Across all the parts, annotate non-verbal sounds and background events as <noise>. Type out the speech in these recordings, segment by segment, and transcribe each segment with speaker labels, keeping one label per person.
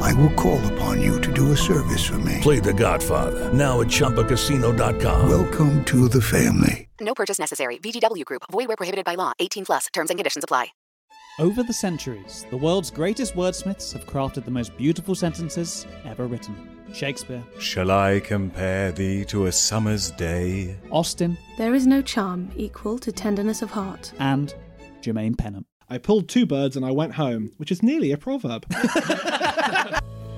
Speaker 1: I will call upon you to do a service for me.
Speaker 2: Play The Godfather now at ChumbaCasino.com.
Speaker 1: Welcome to the family.
Speaker 3: No purchase necessary. VGW Group. Void where prohibited by law. 18 plus. Terms and conditions apply.
Speaker 4: Over the centuries, the world's greatest wordsmiths have crafted the most beautiful sentences ever written. Shakespeare,
Speaker 5: Shall I compare thee to a summer's day?
Speaker 4: Austin,
Speaker 6: There is no charm equal to tenderness of heart.
Speaker 4: and Jermaine Pennant.
Speaker 7: I pulled two birds and I went home, which is nearly a proverb. <laughs>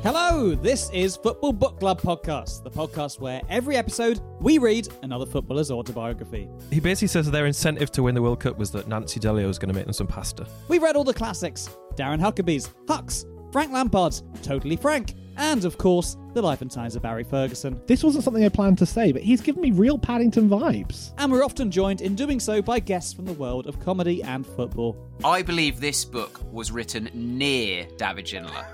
Speaker 4: Hello, this is Football Book Club Podcast, the podcast where every episode we read another footballer's autobiography.
Speaker 8: He basically says their incentive to win the World Cup was that Nancy Delio was going to make them some pasta.
Speaker 4: We've read all the classics Darren Huckabee's, Hucks, Frank Lampard's, Totally Frank, and of course, The Life and Times of Barry Ferguson.
Speaker 7: this wasn't something I planned to say, but he's given me real Paddington vibes.
Speaker 4: And we're often joined in doing so by guests from the world of comedy and football.
Speaker 9: I believe this book was written near David Ginola.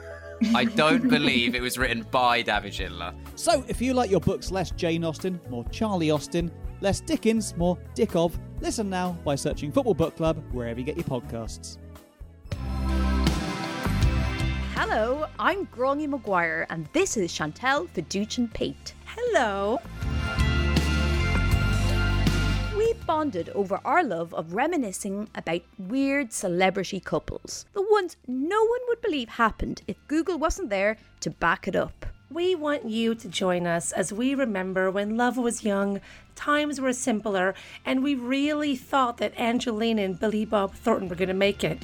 Speaker 9: I don't believe it was written by David Ginola.
Speaker 4: So, if you like your books less Jane Austen, more Charlie Austen, less Dickens, more Dickov, listen now by searching Football Book Club wherever you get your podcasts.
Speaker 10: Hello, I'm Grongy Maguire, and this is Chantel Fiduch and Pate. Hello. We bonded over our love of reminiscing about weird celebrity couples, the ones no one would believe happened if Google wasn't there to back it up.
Speaker 6: We want you to join us as we remember when love was young, times were simpler, and we really thought that Angelina and Billy Bob Thornton were going to make it.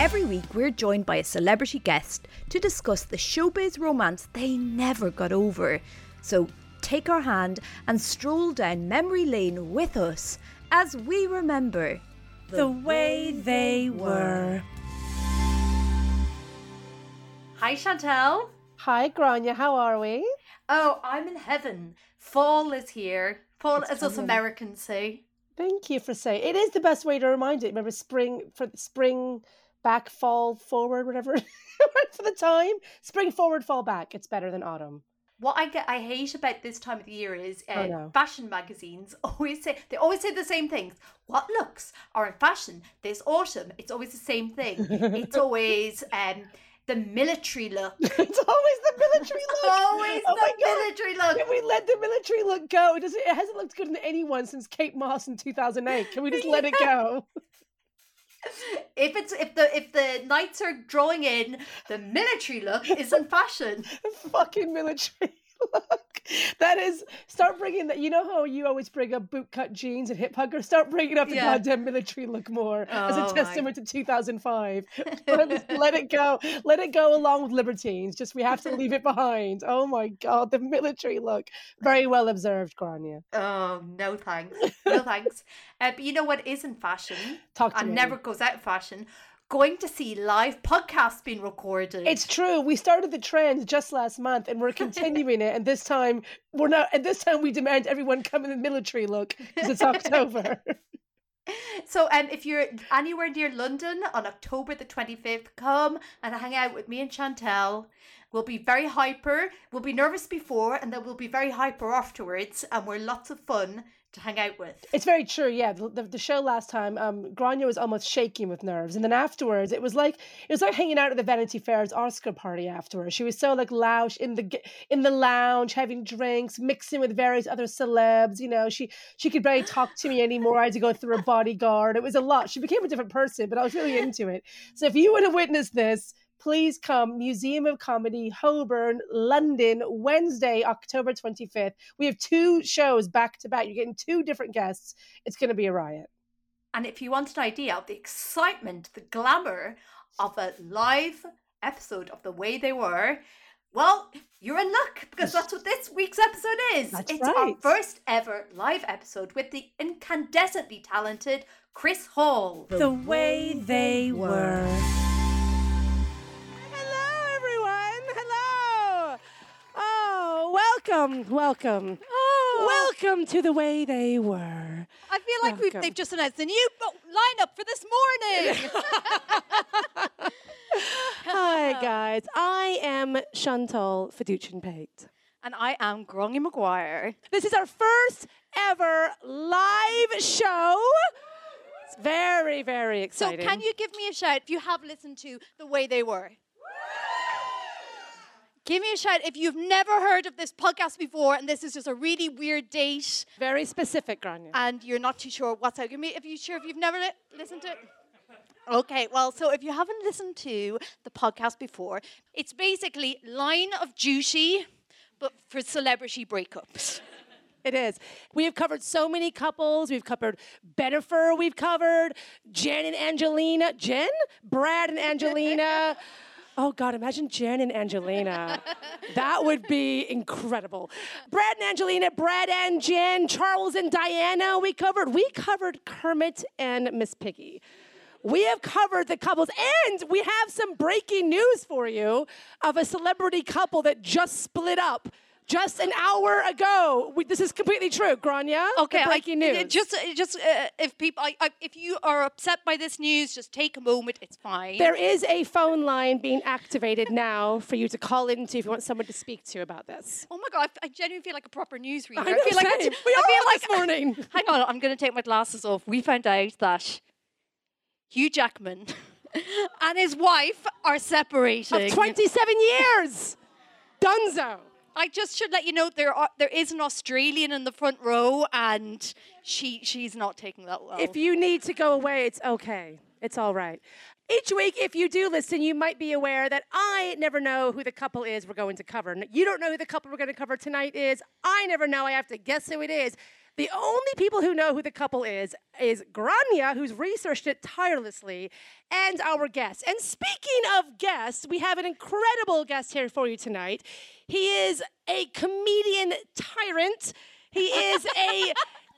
Speaker 10: Every week, we're joined by a celebrity guest to discuss the showbiz romance they never got over. So take our hand and stroll down memory lane with us as we remember
Speaker 6: The, way they were.
Speaker 10: Hi, Chantel.
Speaker 6: Hi, Grania, how are we?
Speaker 10: Oh, I'm in heaven. Fall is here. Fall is us Americans say.
Speaker 6: Thank you for saying it is the best way to remind it. Remember, spring for spring, back, fall, forward, whatever <laughs> for the time. Spring forward, fall back. It's better than autumn.
Speaker 10: What I get, I hate about this time of the year is uh,
Speaker 6: I know.
Speaker 10: fashion magazines <laughs> always say they always say the same things. What looks are in fashion this autumn? It's always the same thing.
Speaker 6: <laughs>
Speaker 10: it's always um, the military look.
Speaker 6: It's always the
Speaker 10: <laughs>
Speaker 6: military look.
Speaker 10: Always
Speaker 6: Oh my
Speaker 10: the
Speaker 6: God.
Speaker 10: military look.
Speaker 6: Can we let the military look go? It doesn't. It hasn't looked good to anyone since Kate Moss in two thousand eight. Can we just
Speaker 10: <laughs>
Speaker 6: let it go?
Speaker 10: If it's if the if the knights are drawing in, the military look is in fashion.
Speaker 6: <laughs> fucking military <laughs> look. That is, start bringing that. You know how you always bring up bootcut jeans and hip hugger? Start bringing up the
Speaker 10: Yeah.
Speaker 6: goddamn military look more as
Speaker 10: Oh,
Speaker 6: a
Speaker 10: my.
Speaker 6: testament to
Speaker 10: <laughs>
Speaker 6: 2005. <laughs> Let- Let it go. Let it go along with libertines. Just we have to leave it behind. Oh my God, the military look. Very well observed, Grania.
Speaker 10: Oh no, thanks,
Speaker 6: <laughs>
Speaker 10: no thanks. Uh, but you know what is in fashion?
Speaker 6: Talk to
Speaker 10: and
Speaker 6: me.
Speaker 10: never goes out of fashion. Going to see live podcasts being recorded.
Speaker 6: It's true. We started the trend just last month,
Speaker 10: <laughs>
Speaker 6: and we're continuing it. And this time, we're not. And this time, we demand everyone come in the military look because it's October.
Speaker 10: <laughs> so. Um, if you're anywhere near London on October the twenty fifth, come and hang out with me and Chantel. We'll be very hyper. We'll be nervous before, and then we'll be very hyper afterwards. And we're lots of fun to hang out with.
Speaker 6: It's very true. Yeah, the, the, the show last time, um, Grania was almost shaking with nerves, and then afterwards, it was like it was like hanging out at the Vanity Fair's Oscar party. Afterwards, she was so like lounge in the g- in the lounge, having drinks, mixing with various other celebs. You know, she she could barely talk to me anymore. I had to go through a bodyguard. It was a lot. She became a different person, but I was really into it. So if you want to witness this. Please come, Museum of Comedy, Holborn, London, Wednesday, October 25th. We have two shows back to back. You're getting two different guests. It's going to be a riot.
Speaker 10: And if you want an idea of the excitement, the glamour of a live episode of The Way They Were, well, you're in luck because that's what this week's episode is.
Speaker 6: That's
Speaker 10: it's our
Speaker 6: right.
Speaker 10: first ever live episode with the incandescently talented Chris Hall.
Speaker 6: The way they were. Hello, everyone. Hello. Oh,
Speaker 8: welcome, welcome,
Speaker 6: Oh,
Speaker 8: welcome to the way they were.
Speaker 6: I feel like we've,
Speaker 8: welcome.
Speaker 6: they've just announced the new bo- lineup for this morning.
Speaker 8: Hi guys, I am Chantal Fiducian Pate.
Speaker 6: and I am Grongy Maguire.
Speaker 8: This is our first ever live show. It's very, very
Speaker 6: So,
Speaker 8: exciting.
Speaker 6: can you give me a shout if you have listened to The Way They Were? Give me a shout if you've never heard of this podcast before and this is just a really weird date
Speaker 8: Very specific, Grania.
Speaker 6: and you're not too sure what's out. Give me if you sure if you've never li- listened to it. Okay, well, so if you haven't listened to the podcast before, it's basically Line of Duty, but for celebrity breakups.
Speaker 8: It is. We have covered so many couples. We've covered Benifer. We've covered Jen and Angelina. Jen? Brad and Angelina. Oh, God, imagine Jen and
Speaker 4: <laughs>
Speaker 8: Angelina. that would be incredible. Brad and Angelina, Brad and Jen, Charles and Diana, we covered. We covered Kermit and Miss Piggy. We have covered the couples, and we have some breaking news for you of a celebrity couple that just split up just an hour ago. We, this is completely true, Grania. the
Speaker 6: I-
Speaker 8: breaking
Speaker 6: it-
Speaker 8: news.
Speaker 6: it Just, it just uh, if people, I, I, if you are upset by this news, just take a moment. It's fine.
Speaker 8: there is a phone line being activated now for you to call into if you want someone to speak to about this.
Speaker 6: Oh my god, I f- I genuinely feel like a proper newsreader.
Speaker 8: know,
Speaker 6: feel like
Speaker 8: same.
Speaker 6: t-
Speaker 8: We all
Speaker 6: feel
Speaker 8: are this morning.
Speaker 6: <laughs> Hang on, I'm going to take my glasses off. We found out that Hugh Jackman <laughs> and his wife are separating.
Speaker 8: Of 27 years, Dunzo.
Speaker 6: I just should let you know there are there is an Australian in the front row, and she she's not taking that well.
Speaker 8: If you need to go away, it's okay. It's all right. Each week, if you do listen, you might be aware that I never know who the couple is we're going to cover. N- You don't know who the couple we're going to cover tonight is. I never know. I have to guess who it is. The only people who know who the couple is is Grania, who's researched it tirelessly, and our guest. And speaking of guests, we have an incredible guest here for you tonight. He is a comedian tyrant. He is a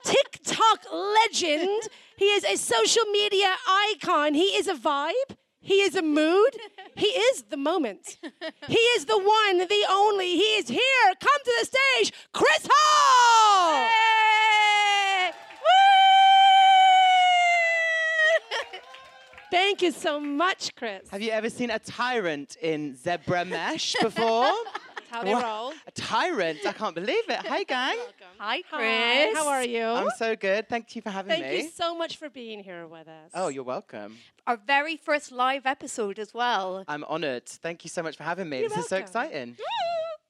Speaker 8: TikTok legend. He is a social media icon. He is a vibe. He is a mood. He is the moment. He is the one, the only. He is here. Come to the stage, Chris Hall. Thank you so much, Chris.
Speaker 4: Have you ever seen a tyrant in zebra mesh before?
Speaker 8: <laughs> How they
Speaker 4: Wha-
Speaker 8: roll.
Speaker 4: A tyrant? I can't believe it. Hi, gang.
Speaker 6: Hi,
Speaker 8: Hi,
Speaker 6: Chris.
Speaker 8: how are you?
Speaker 4: I'm so good. Thank you for having
Speaker 8: Thank
Speaker 4: me.
Speaker 8: you so much for being here with us.
Speaker 4: oh, you're welcome.
Speaker 6: Our very first live episode as well.
Speaker 4: I'm honored. Thank you so much for having me. this is so exciting.
Speaker 6: <gasps>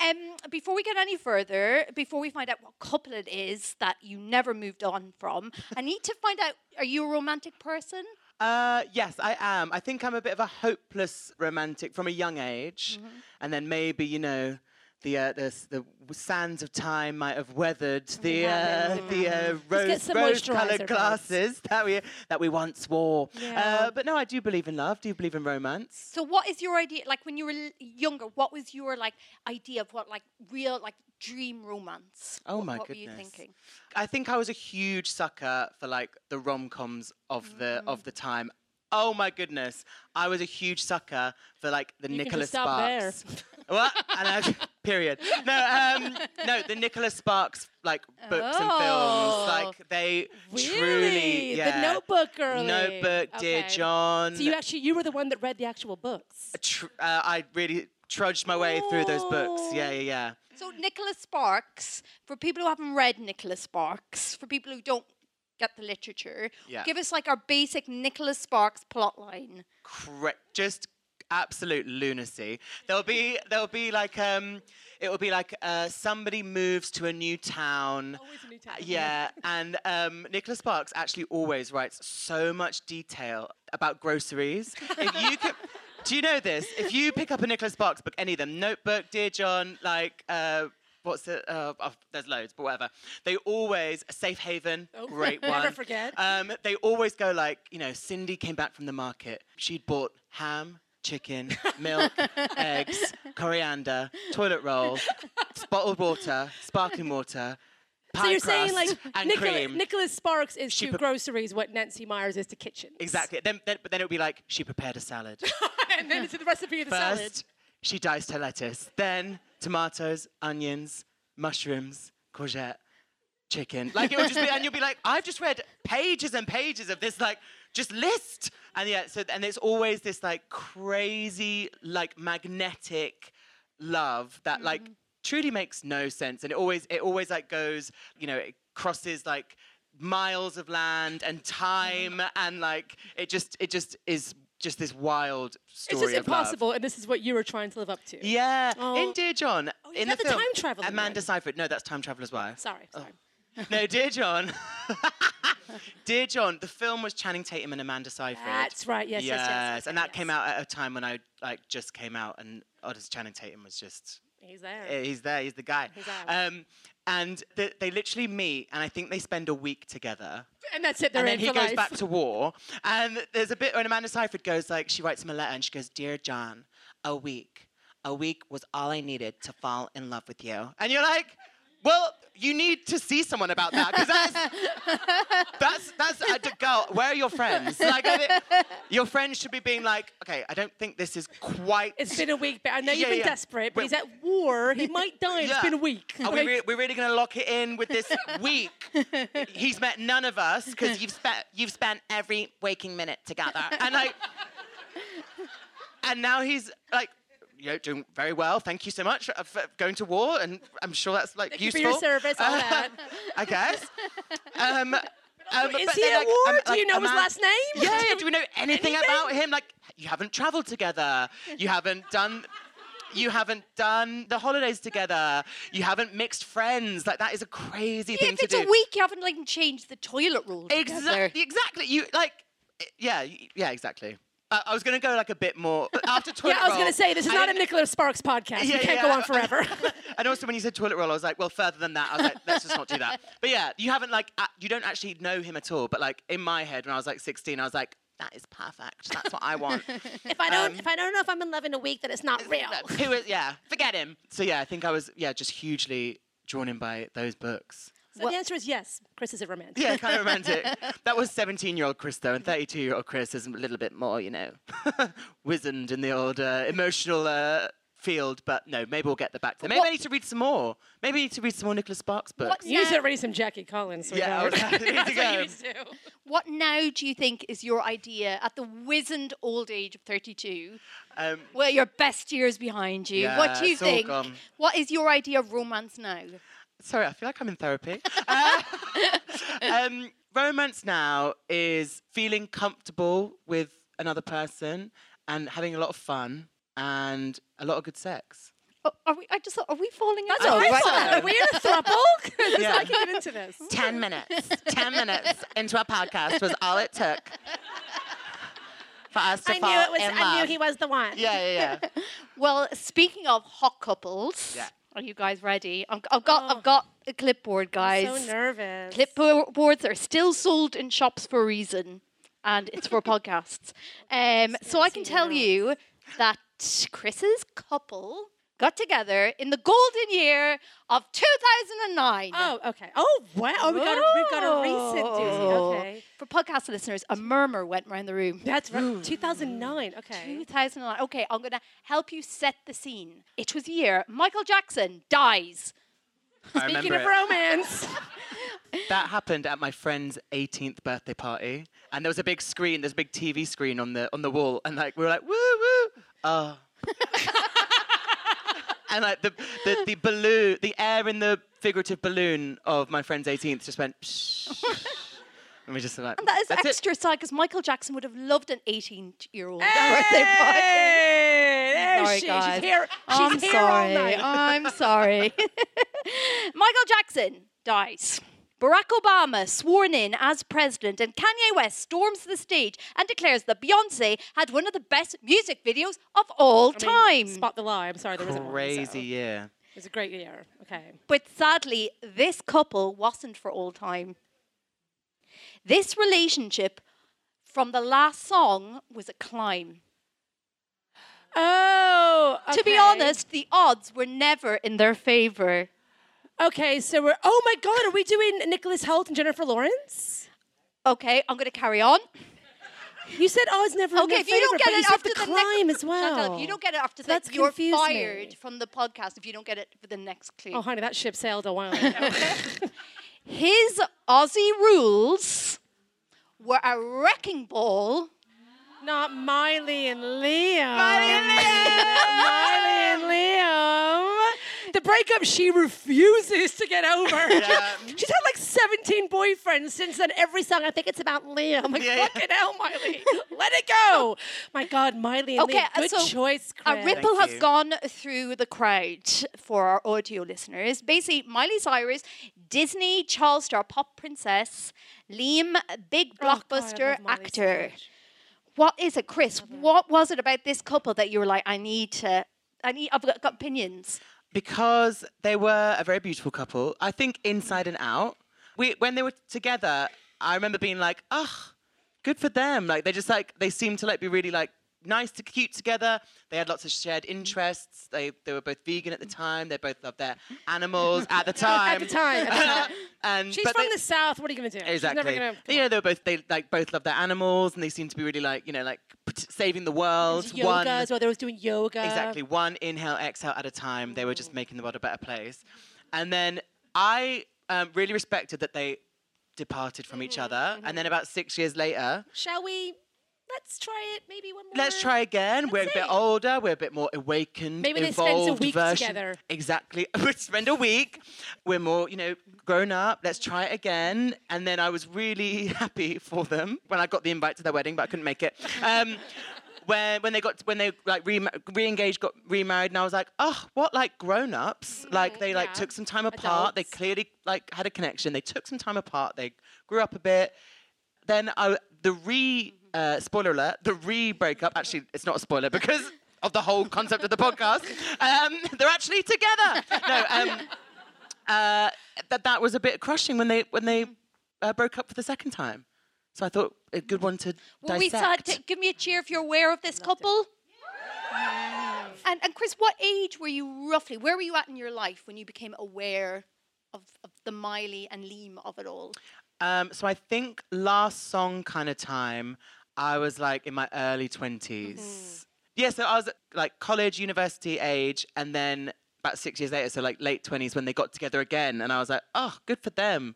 Speaker 6: Um, before we get any further, before we find out what couple it is that you never moved on from, I need to find out: Are you a romantic person?
Speaker 4: Uh, yes, I am. I think I'm a bit of a hopeless romantic from a young age,
Speaker 6: Mm-hmm.
Speaker 4: and then maybe you know, the uh, the, s- the w- sands of time might have weathered the uh, the uh,
Speaker 8: Let's get
Speaker 4: rose
Speaker 8: some
Speaker 4: rose
Speaker 8: moisturiser, babes.
Speaker 4: coloured glasses that we that we once wore. Uh, but no, I do believe in love. Do you believe in romance?
Speaker 6: So, what is your idea? Like when you were l- younger, what was your like idea of what like real like dream romance?
Speaker 4: Oh
Speaker 6: What-
Speaker 4: my
Speaker 6: what were
Speaker 4: goodness.
Speaker 6: you thinking?
Speaker 4: I think I was a huge sucker for like the rom coms of the
Speaker 6: Mm-hmm.
Speaker 4: of the time. Oh my goodness, I was a huge sucker for like the
Speaker 8: You can
Speaker 4: Nicholas
Speaker 8: just stop there.
Speaker 4: Sparks. <laughs> what? And I, period. No, um, no, the Nicholas Sparks like books
Speaker 8: Oh.
Speaker 4: and films, like they
Speaker 8: Really?
Speaker 4: truly,
Speaker 8: The
Speaker 4: yeah.
Speaker 8: Notebook girly.
Speaker 4: Notebook, dear
Speaker 8: Okay.
Speaker 4: John.
Speaker 8: So you actually you were the one that read the actual books.
Speaker 4: tr- uh, I really trudged my way through those books. Yeah, yeah, yeah.
Speaker 6: So, Nicholas Sparks. For people who haven't read Nicholas Sparks, for people who don't get the literature,
Speaker 4: Yeah.
Speaker 6: give us like our basic Nicholas Sparks plotline.
Speaker 4: cra- just absolute lunacy. There'll be there'll be like um it will be like uh, somebody moves to a new town. Always a new town. Yeah, and um, Nicholas Sparks actually always writes so much detail about groceries. if <laughs> you could. Do you know this? If you pick up a Nicholas Sparks book, any of them, Notebook, Dear John, like uh, what's it? Uh, oh, there's loads, but whatever. They always Safe Haven, <laughs> great one.
Speaker 8: never forget.
Speaker 4: Um, they always go like, you know, Cindy came back from the market. She'd bought ham, chicken, milk, eggs, coriander, toilet roll, s- bottled water, sparkling water, pie
Speaker 8: So you're
Speaker 4: crust,
Speaker 8: saying like
Speaker 4: and
Speaker 8: Nicola-
Speaker 4: cream.
Speaker 8: Nicholas Sparks is
Speaker 4: She
Speaker 8: to
Speaker 4: pre-
Speaker 8: groceries what Nancy Myers is to kitchens.
Speaker 4: exactly. Then, then, but then it would be like she prepared a salad.
Speaker 8: <laughs> and then it's the recipe of the
Speaker 4: First,
Speaker 8: salad.
Speaker 4: she diced her lettuce. Then tomatoes, onions,
Speaker 8: mushrooms, courgette, chicken. Like it would just be, and you'll be like, I've just read pages and pages of this, like, just list. And yeah, so, and it's always this, like, crazy, like, magnetic love that,
Speaker 10: Mm-hmm.
Speaker 8: like, truly makes no sense. And it always, it always, like, goes, you know, it crosses, like, miles of land and time
Speaker 10: Mm-hmm.
Speaker 8: and like it just it just is just this wild story
Speaker 10: It's just
Speaker 8: of love.
Speaker 10: impossible, and this is what you were trying to live up to.
Speaker 8: Yeah,
Speaker 10: Oh.
Speaker 8: in Dear John.
Speaker 10: Oh,
Speaker 8: in
Speaker 10: not the
Speaker 8: film,
Speaker 10: time traveling
Speaker 8: Amanda Seyfried. No, that's Time Traveler's Wife.
Speaker 10: Sorry, sorry.
Speaker 8: Oh. <laughs> no, Dear <laughs> John. Dear John, the film was Channing Tatum and Amanda Seyfried.
Speaker 10: That's right, yes, yes, yes, yes,
Speaker 8: and that came out at a time when I like just came out, and Otis Channing Tatum was just
Speaker 10: He's there.
Speaker 8: Eh, He's there. He's the guy.
Speaker 10: He's out.
Speaker 8: Um, and th- they literally meet, and I think they spend a week together.
Speaker 10: And that's it, they're
Speaker 8: and
Speaker 10: in
Speaker 8: then he
Speaker 10: for life.
Speaker 8: goes back to war. And there's a bit when Amanda Seyfried goes like, she writes him a letter, and she goes, "Dear John, a week, a week was all I needed to fall in love with you." And you're like, "Well, you need to see someone about that because that's that's that's a d- girl. Where are your friends? Like, I thi- your friends should be being like, okay, I don't think this is quite.
Speaker 10: It's been a week, but I know
Speaker 8: Yeah,
Speaker 10: you've been
Speaker 8: yeah.
Speaker 10: desperate, but
Speaker 8: Wait,
Speaker 10: he's at war. He might die. It's
Speaker 8: yeah.
Speaker 10: been a week.
Speaker 8: Are we, re- we really going to lock it in
Speaker 10: <laughs>
Speaker 8: with this week? He's met none of us because you've spent you've spent every waking minute together,
Speaker 10: <laughs>
Speaker 8: and like, and now he's like, you know, doing very well. Thank you so much for, for going to war, and I'm sure that's like
Speaker 10: Thank you for
Speaker 8: useful
Speaker 10: your service,
Speaker 8: <laughs>
Speaker 10: all that.
Speaker 8: I guess. Um, um,
Speaker 10: is
Speaker 8: but
Speaker 10: he
Speaker 8: then,
Speaker 10: at
Speaker 8: like,
Speaker 10: war?
Speaker 8: um,
Speaker 10: Do you
Speaker 8: like,
Speaker 10: know
Speaker 8: a
Speaker 10: his
Speaker 8: man-
Speaker 10: last name?
Speaker 8: Yeah, yeah, do we know anything,
Speaker 10: Anything?
Speaker 8: about him? Like, you haven't travelled together. You haven't done. You haven't done the holidays together. You haven't mixed friends. Like that is a crazy
Speaker 6: Yeah,
Speaker 8: thing
Speaker 6: if
Speaker 8: to
Speaker 6: it's
Speaker 8: do.
Speaker 6: a week, you haven't like changed the toilet roll. together.
Speaker 8: Exactly. Exactly. You like. Yeah. y- Yeah. Exactly. Uh, I was gonna go like a bit more
Speaker 6: <laughs>
Speaker 8: after toilet.
Speaker 10: yeah, I was
Speaker 8: roll,
Speaker 10: going to say, this is
Speaker 8: I
Speaker 10: not a
Speaker 8: didn't-
Speaker 10: Nicola Sparks podcast.
Speaker 8: Yeah,
Speaker 10: we
Speaker 8: um,
Speaker 10: can't go
Speaker 8: yeah.
Speaker 10: on
Speaker 8: <laughs>
Speaker 10: forever.
Speaker 8: And also, when you said toilet roll, I was like, well, further than that, I was like, let's just not do that. But yeah, you haven't like, a you don't actually know him at all. But like in my head, when I was like 16, I was like, that is perfect. That's what I want.
Speaker 6: if I don't, if I don't know if I'm in love in a week, then it's not real.
Speaker 8: Who is? Yeah, forget him. So yeah, I think I was yeah just hugely drawn in by those books.
Speaker 10: So the answer is yes. Chris is a romantic.
Speaker 8: Yeah, kind
Speaker 10: <laughs>
Speaker 8: of romantic. that was 17 year old Chris, though, and 32 year old Chris is a little bit more, you know, <laughs> wizened in the old uh, emotional uh, field. But no, maybe we'll get that back to them. Maybe I need to read some more. Maybe I need to read some more Nicholas Sparks books.
Speaker 10: You should read some Jackie Collins.
Speaker 8: Yeah, I
Speaker 10: sweetheart. <laughs>
Speaker 8: was- I need to
Speaker 10: That's what you
Speaker 8: go.
Speaker 10: need to do.
Speaker 6: What now do you think is your idea at the wizened old age of 32?
Speaker 8: Um,
Speaker 6: Well, your best years behind you. what
Speaker 8: yeah,
Speaker 6: do you
Speaker 8: it's all
Speaker 6: think?
Speaker 8: gone.
Speaker 6: What is your idea of romance now?
Speaker 8: Sorry, I feel like I'm in therapy. Uh, um, romance now is feeling comfortable with another person and having a lot of fun and a lot of good sex.
Speaker 6: Oh, Are we? I just thought, are we falling
Speaker 10: That's
Speaker 6: out?
Speaker 10: what I thought. Are we in
Speaker 6: <laughs>
Speaker 10: a
Speaker 8: <laughs>
Speaker 10: throuple? 'Cause
Speaker 8: Yeah.
Speaker 10: I can't get into this.
Speaker 8: 10 minutes, 10 minutes into a podcast was all it took for us to fall in love.
Speaker 6: was the one.
Speaker 8: Yeah, yeah, yeah.
Speaker 6: <laughs> well, speaking of hot couples,
Speaker 8: Yeah.
Speaker 6: are you guys ready? I'm, I've got,
Speaker 8: Oh.
Speaker 6: I've got a clipboard, guys.
Speaker 10: I'm so nervous.
Speaker 6: Clipboards are still sold in shops for a reason, and it's
Speaker 10: <laughs>
Speaker 6: for podcasts. Um, so I can tell you that Chris's couple got together in the golden year of 2009.
Speaker 10: Oh, okay. Oh, wow. Oh, we got a, we got a recent doozy.
Speaker 6: Whoa.
Speaker 10: Okay.
Speaker 6: For podcast listeners, a murmur went round the room.
Speaker 10: That's right. 2009. Okay.
Speaker 6: 2009. Okay, I'm going to help you set the scene. It was the year Michael Jackson dies.
Speaker 8: I
Speaker 10: Speaking
Speaker 8: remember
Speaker 10: of
Speaker 8: it.
Speaker 10: romance.
Speaker 8: <laughs> That happened at my friend's 18th birthday party, and there was a big screen, there's a big TV screen on the on the wall, and like we were like woo woo,
Speaker 6: <laughs>
Speaker 8: oh. and like the, the the balloon, the air in the figurative balloon of my friend's 18th just went, psh, and we just were like
Speaker 6: And that is
Speaker 8: that's
Speaker 6: extra sad because Michael Jackson would have loved an 18 year old birthday party.
Speaker 10: Hey, there
Speaker 6: Sorry,
Speaker 10: she is.
Speaker 6: guys.
Speaker 10: She's here. She's
Speaker 6: I'm
Speaker 10: here
Speaker 6: sorry.
Speaker 10: all night.
Speaker 6: I'm
Speaker 8: <laughs>
Speaker 6: sorry. <laughs> Michael Jackson dies. Barack Obama sworn in as president, and Kanye West storms the stage and declares that Beyonce had one of the best music videos of all
Speaker 10: I mean,
Speaker 6: time.
Speaker 10: Spot the lie. I'm sorry, there
Speaker 8: it.
Speaker 10: isn't one.
Speaker 8: Crazy
Speaker 10: so.
Speaker 8: year.
Speaker 10: It's a great year. Okay.
Speaker 6: But sadly, this couple wasn't for all time. This relationship from the last song was a climb.
Speaker 10: Oh.
Speaker 6: To be
Speaker 10: okay.
Speaker 6: honest, the odds were never in their favor.
Speaker 10: Okay, so we're. Oh my God, are we doing Nicholas Holt and Jennifer Lawrence?
Speaker 6: Okay, I'm going to carry on.
Speaker 8: You said I was never
Speaker 6: Okay,
Speaker 8: a
Speaker 6: if you don't get
Speaker 8: favourite, but
Speaker 6: it
Speaker 8: said
Speaker 6: after
Speaker 8: the
Speaker 6: the
Speaker 8: crime
Speaker 6: next,
Speaker 8: as well.
Speaker 6: Chantal, if you don't get it after
Speaker 8: That's
Speaker 6: that, you're
Speaker 8: confused me.
Speaker 6: fired from the podcast if you don't get it for the next clue.
Speaker 8: Oh, honey, that ship sailed a while.
Speaker 6: <laughs>
Speaker 8: <laughs>
Speaker 6: His Aussie rules were a wrecking ball.
Speaker 8: Not Miley and Liam. Miley and Liam. Miley and Liam. The breakup she refuses to get over. She's had like 17 boyfriends since then. Every song, I think it's about Liam. I'm like,
Speaker 6: Yeah, yeah.
Speaker 8: fucking hell, Miley. Let it go. My God, Miley and
Speaker 6: Okay,
Speaker 8: Liam. Good
Speaker 6: so
Speaker 8: choice,
Speaker 6: A
Speaker 8: Chris.
Speaker 6: ripple has gone through the crowd for our audio listeners. Basically, Miley Cyrus, Disney child star pop princess, Liam,
Speaker 8: Oh,
Speaker 6: big blockbuster actor. What is it, Chris? What was it about this couple that you were like, I need to, I need, I've got, got opinions.
Speaker 4: Because they were a very beautiful couple. I think inside and out. We when they were together, I remember being like, "Ah, good for them." Like they just like they seemed to like be really like nice to cute together. They had lots of shared interests. They they were both vegan at the time. They both loved their animals at the time.
Speaker 8: <laughs> At the time. at the time.
Speaker 4: <laughs> and
Speaker 8: She's
Speaker 4: but
Speaker 8: from
Speaker 4: they-
Speaker 8: the South. What are you going to do? She's
Speaker 4: Exactly.
Speaker 8: never going to.
Speaker 4: you know, they were both they like both love their animals, and they seem to be really like you know like p- saving the world.
Speaker 8: Yoga
Speaker 4: one
Speaker 8: as well. They was doing yoga. Oh.
Speaker 4: Exactly. One inhale, exhale at a time. They were just making the world a better place. And then I um, really respected that they departed from each
Speaker 8: Mm-hmm.
Speaker 4: other. And then about six years later,
Speaker 8: Shall we? Let's try it maybe one more.
Speaker 4: let's try again. we're a bit older. We're a bit more awakened.
Speaker 8: Maybe they spent a
Speaker 4: evolved
Speaker 8: week
Speaker 4: version.
Speaker 8: together.
Speaker 4: Exactly. we spend a week. We're more, you know, grown up. Let's try it again. And then I was really <laughs> happy for them when I got the invite to their wedding, but I couldn't make it. Um, when when they got when they like re re-engaged, got remarried, and I was like, oh, what like grown ups? Like they like took some time apart. They clearly like had a connection. They took some time apart. They grew up a bit. Then I the re uh, spoiler alert the re breakup. Actually, it's not a spoiler because of the whole concept of the podcast. Um, they're actually together. No, um, uh, that that was a bit crushing when they when they uh, broke up for the second time. So I thought a good one to
Speaker 6: Well, we saw,
Speaker 4: dissect.
Speaker 6: t- give me a cheer if you're aware of this couple. And, and Chris, what age were you roughly? Where were you at in your life when you became aware of, of the Miley and Liam of it all?
Speaker 4: Um, so I think last song kind of time, I was like in my early 20s.
Speaker 8: Mm-hmm.
Speaker 4: Yeah, so I was like college, university age, and then about six years later, so like late 20s when they got together again. And I was like, oh, good for them.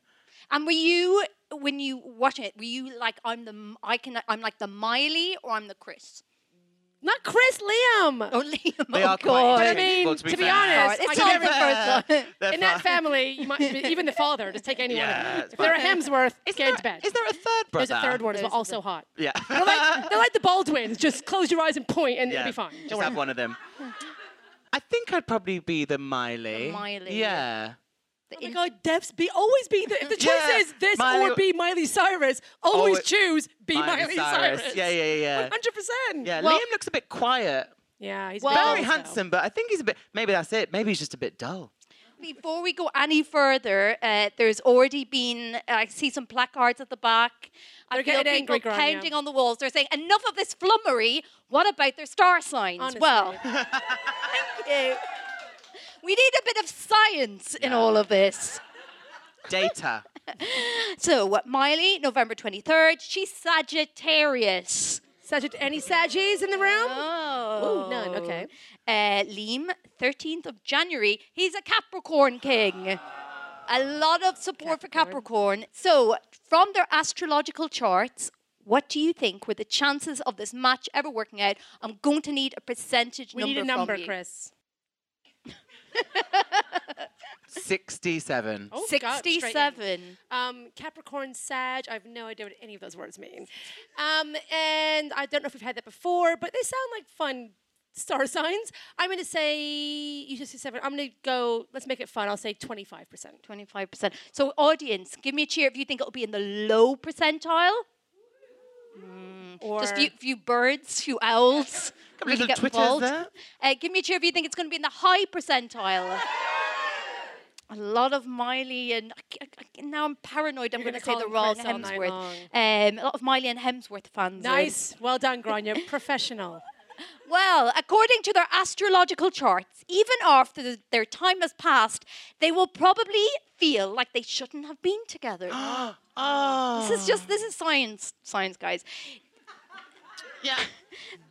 Speaker 6: And were you when you watching it? Were you like I'm the M- I can I'm like the Miley or I'm the Chris?
Speaker 8: Not Chris, Liam.
Speaker 6: Oh, Liam.
Speaker 4: They
Speaker 6: oh
Speaker 4: are quite
Speaker 6: God.
Speaker 8: But I
Speaker 4: Interchangeable, to
Speaker 8: mean, to
Speaker 4: be
Speaker 8: be,
Speaker 4: fair.
Speaker 8: honest,
Speaker 6: It's
Speaker 8: I
Speaker 6: all
Speaker 8: think
Speaker 6: the
Speaker 8: that-
Speaker 6: first
Speaker 8: <laughs>
Speaker 4: one.
Speaker 8: In that
Speaker 4: They're
Speaker 8: family, you might, even the father, just take anyone.
Speaker 4: Yeah, it's
Speaker 8: if they're a
Speaker 4: fine.
Speaker 8: Hemsworth, get to bed.
Speaker 4: Is Uh, there a third brother?
Speaker 8: There's a third one, as well, also hot.
Speaker 4: Yeah.
Speaker 8: They're like, they're like
Speaker 4: <laughs>
Speaker 8: the Baldwins. Just close your eyes and point, and
Speaker 4: Yeah,
Speaker 8: it'll be fine. Don't
Speaker 4: Just have
Speaker 8: worry.
Speaker 4: one of
Speaker 8: <laughs>
Speaker 4: them. I think I'd probably be the Miley.
Speaker 6: Miley.
Speaker 4: Yeah.
Speaker 8: Oh my God, Devs be always be the, if the choice
Speaker 4: Yeah,
Speaker 8: is this
Speaker 4: Miley-
Speaker 8: or be Miley Cyrus. Always
Speaker 4: Oh, it-
Speaker 8: choose be Miley, Cyrus.
Speaker 4: Yeah, yeah, yeah.
Speaker 8: <laughs> hundred percent.
Speaker 4: Yeah, Liam looks a bit quiet.
Speaker 8: Yeah, he's
Speaker 6: Well-
Speaker 4: very handsome, but I think he's a bit. Maybe that's it. Maybe he's just a bit dull.
Speaker 6: Before we go any further, uh, there's already been I see some placards at the back. I
Speaker 8: They're
Speaker 6: feel
Speaker 8: getting
Speaker 6: people
Speaker 8: angry, Grania.
Speaker 6: pounding on the walls. They're saying enough of this flummery. What about their star signs?
Speaker 8: <laughs>
Speaker 6: Well, thank you. We need a bit of science in all of this.
Speaker 4: Data.
Speaker 6: <laughs> So, what, Miley, November 23rd, she's Sagittarius.
Speaker 8: Sagitt- any Saggies in the room?
Speaker 6: Oh.
Speaker 8: Ooh, none, okay.
Speaker 6: Uh, Liam, 13th of January, he's a Capricorn king. A lot of support for Capricorn. So, from their astrological charts, what do you think were the chances of this match ever working out? I'm going to need a percentage
Speaker 8: We
Speaker 6: number
Speaker 8: need a
Speaker 6: from
Speaker 8: number,
Speaker 6: you.
Speaker 8: Chris.
Speaker 4: Sixty-seven.
Speaker 8: Oh, God, straight in.
Speaker 6: 67.
Speaker 8: Um, Capricorn, Sag. I have no idea what any of those words mean. Um, and I don't know if we've had that before, but they sound like fun star <laughs> signs. I'm going to say you just say seven. I'm going to go. Let's make it fun. I'll say 25 percent.
Speaker 6: 25%. So, audience, give me a cheer if you think it'll be in the low percentile. Mm.
Speaker 8: Or
Speaker 6: Just few, few birds, few owls.
Speaker 4: Couple
Speaker 6: really
Speaker 4: little
Speaker 6: get
Speaker 4: twitters
Speaker 6: involved.
Speaker 4: there.
Speaker 6: Uh, give me a cheer if you think it's going to be in the high percentile. A lot of Miley and I c- I c- now I'm paranoid. I'm
Speaker 8: You're
Speaker 6: going to say
Speaker 8: gonna
Speaker 6: the
Speaker 8: call
Speaker 6: wrong
Speaker 8: him Chris all night
Speaker 6: Hemsworth. Um, a lot of Miley and Hemsworth fans. in.
Speaker 8: nice. Well done, Grania.
Speaker 6: <laughs>
Speaker 8: Professional.
Speaker 6: Well, according to their astrological charts, even after th- their time has passed, they will probably feel like they shouldn't have been together.
Speaker 4: Oh.
Speaker 6: This is just this is science, science guys.
Speaker 8: Yeah.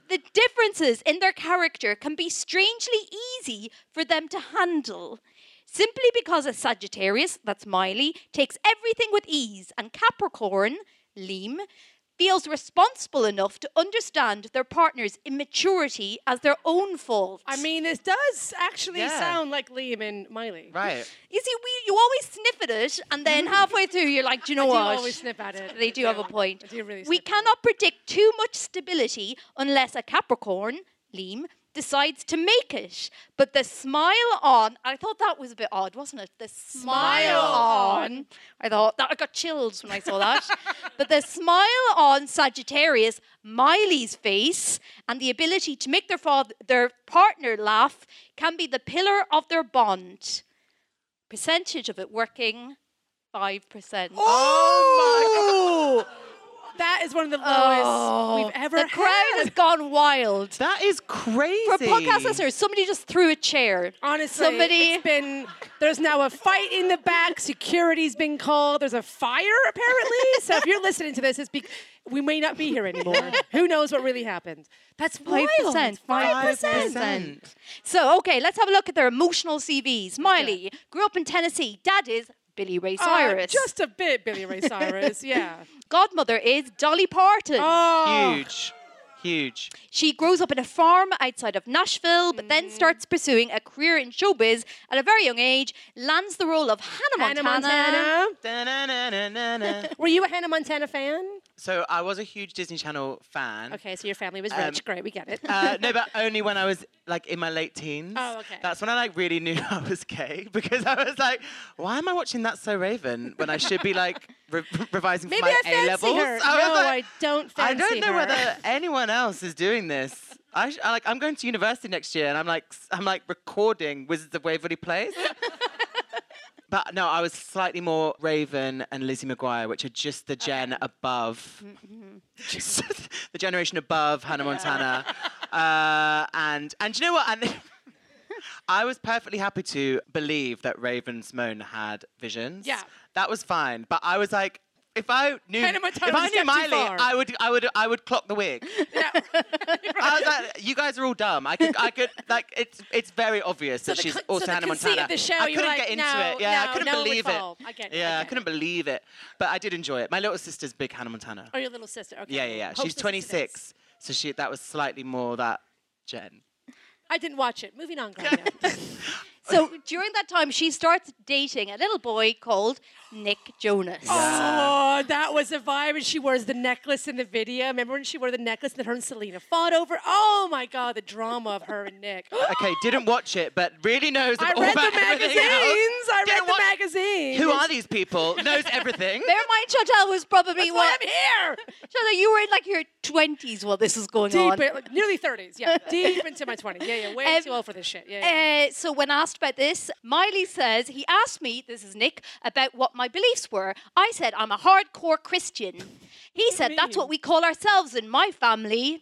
Speaker 8: The differences in their character can be strangely easy for them to handle. Simply because a Sagittarius, that's Miley, takes everything with ease, and Capricorn, Leem, feels responsible enough to understand their partner's immaturity as their own fault.
Speaker 6: I mean, this does actually
Speaker 8: Yeah.
Speaker 6: sound like Liam and Miley.
Speaker 4: Right.
Speaker 8: You see, we, you always sniff at it,
Speaker 6: <laughs>
Speaker 8: and then halfway through, you're like, do you know
Speaker 6: I do
Speaker 8: what?
Speaker 6: always sniff at it.
Speaker 8: They do have a point.
Speaker 6: really
Speaker 8: we cannot predict too much stability unless a Capricorn, Leem, decides to make it. But the smile on, I thought that was a bit odd, wasn't it? The smile,
Speaker 6: Smile
Speaker 8: on. I thought that I got chills when I saw that. <laughs> but the smile on Sagittarius, Miley's face, and the ability to make their father, their partner laugh can be the pillar of their bond. Percentage of it working, five percent.
Speaker 6: Oh, my god. <laughs> That is one of the lowest
Speaker 8: Oh,
Speaker 6: we've ever
Speaker 8: The crowd has gone wild.
Speaker 4: That is crazy.
Speaker 8: For podcast listeners, somebody just threw a chair.
Speaker 6: Honestly,
Speaker 8: Somebody-
Speaker 6: it's been there's now a fight in the back. Security's been called. There's a fire apparently. so if you're listening to this, it's be- we may not be here anymore. Who knows what really happened? That's
Speaker 8: Five percent. Five percent. So okay, let's have a look at their emotional CVs. Miley grew up in Tennessee. Dad is Billy Ray
Speaker 6: Uh,
Speaker 8: Cyrus.
Speaker 6: just a bit, Billy Ray
Speaker 8: <laughs>
Speaker 6: Cyrus. yeah. Ah.
Speaker 8: Godmother is Dolly Parton.
Speaker 4: Huge. Huge.
Speaker 8: She grows up in a farm outside of Nashville, but
Speaker 6: Mm.
Speaker 8: then starts pursuing a career in showbiz at a very young age, lands the role of Hannah
Speaker 6: Hannah
Speaker 8: Montana.
Speaker 6: Montana.
Speaker 4: Da-na-na-na-na-na.
Speaker 6: <laughs> Were you a Hannah Montana fan?
Speaker 4: So I was a huge Disney Channel fan.
Speaker 6: Okay, so your family was
Speaker 4: Um,
Speaker 6: rich. Great, we get it.
Speaker 4: Uh, no, but only when I was like in my late teens.
Speaker 6: Oh, okay.
Speaker 4: That's when I like really knew <laughs> I was gay because I was like, why am I watching That So Raven when I should be like re- revising
Speaker 6: Maybe
Speaker 4: for my
Speaker 6: I fancy
Speaker 4: A levels?
Speaker 6: her.
Speaker 4: was
Speaker 6: no,
Speaker 4: like,
Speaker 6: I don't
Speaker 4: I
Speaker 6: fancy
Speaker 4: don't know
Speaker 6: her.
Speaker 4: whether anyone else is doing this. I, sh- I like I'm going to university next year and I'm like s- I'm like recording Wizards of Waverly
Speaker 6: <laughs>
Speaker 4: Place. but no, I was slightly more Raven and Lizzie McGuire, which are just the gen above,
Speaker 6: Mm-hmm.
Speaker 4: just <laughs> the generation above
Speaker 6: <laughs>
Speaker 4: Hannah Montana. uh, and and do you know what? And <laughs> I was perfectly happy to believe that Raven Simone had visions.
Speaker 6: Yeah.
Speaker 4: That was fine. But I was like, if I knew
Speaker 6: Hannah Montana
Speaker 4: if I
Speaker 6: was
Speaker 4: knew
Speaker 6: a step too
Speaker 4: Miley,
Speaker 6: far.
Speaker 4: I would I would I would clock
Speaker 6: <laughs>
Speaker 4: the wig. <laughs> I was like, you guys are all dumb. I could I could like it's it's very obvious that
Speaker 6: the
Speaker 4: she's
Speaker 6: con- so
Speaker 4: also
Speaker 6: the
Speaker 4: Hannah
Speaker 6: conceit
Speaker 4: Montana.
Speaker 6: of the show,
Speaker 4: I
Speaker 6: you were
Speaker 4: couldn't
Speaker 6: like,
Speaker 4: get into
Speaker 6: no,
Speaker 4: it. Yeah,
Speaker 6: no,
Speaker 4: I couldn't
Speaker 6: no, it's
Speaker 4: believe
Speaker 6: all. I get it, I
Speaker 4: yeah,
Speaker 6: get it.
Speaker 4: couldn't believe it. But I did enjoy it. My little sister's big Hannah Montana.
Speaker 6: Oh, your little sister. Okay.
Speaker 4: Yeah, yeah, yeah.
Speaker 6: Hope
Speaker 4: She's
Speaker 6: this is
Speaker 4: 26, so she that was slightly more that Jen.
Speaker 6: I didn't watch it. Moving on, Grania.
Speaker 4: <laughs>
Speaker 8: So during that time, she starts dating a little boy called Nick Jonas.
Speaker 6: Oh, that was a vibe. And she wears the necklace in the video. Remember when she wore the necklace that her and Selena fought over? Oh my God, the drama of her and Nick. <gasps>
Speaker 4: okay, didn't watch it, but really knows
Speaker 6: I
Speaker 4: all
Speaker 6: read
Speaker 4: about
Speaker 6: the magazines.
Speaker 4: everything else.
Speaker 6: I read
Speaker 4: Didn't
Speaker 6: the
Speaker 4: watch-
Speaker 6: magazines.
Speaker 4: Who are these people? Knows everything.
Speaker 8: <laughs> Bear in mind, Chantal was probably
Speaker 6: That's why I'm here.
Speaker 8: Chantal, you were in like your twenties while this was going on.
Speaker 6: Deep, in- like, nearly 30s. Yeah, deep into my 20s. Yeah, yeah, way
Speaker 8: Um,
Speaker 6: too old for this shit. Yeah, yeah.
Speaker 8: Uh, so when asked about this, Miley says he asked me, this is Nick, about what my beliefs were. I said I'm a hardcore Christian. He said that's what we call ourselves in my family.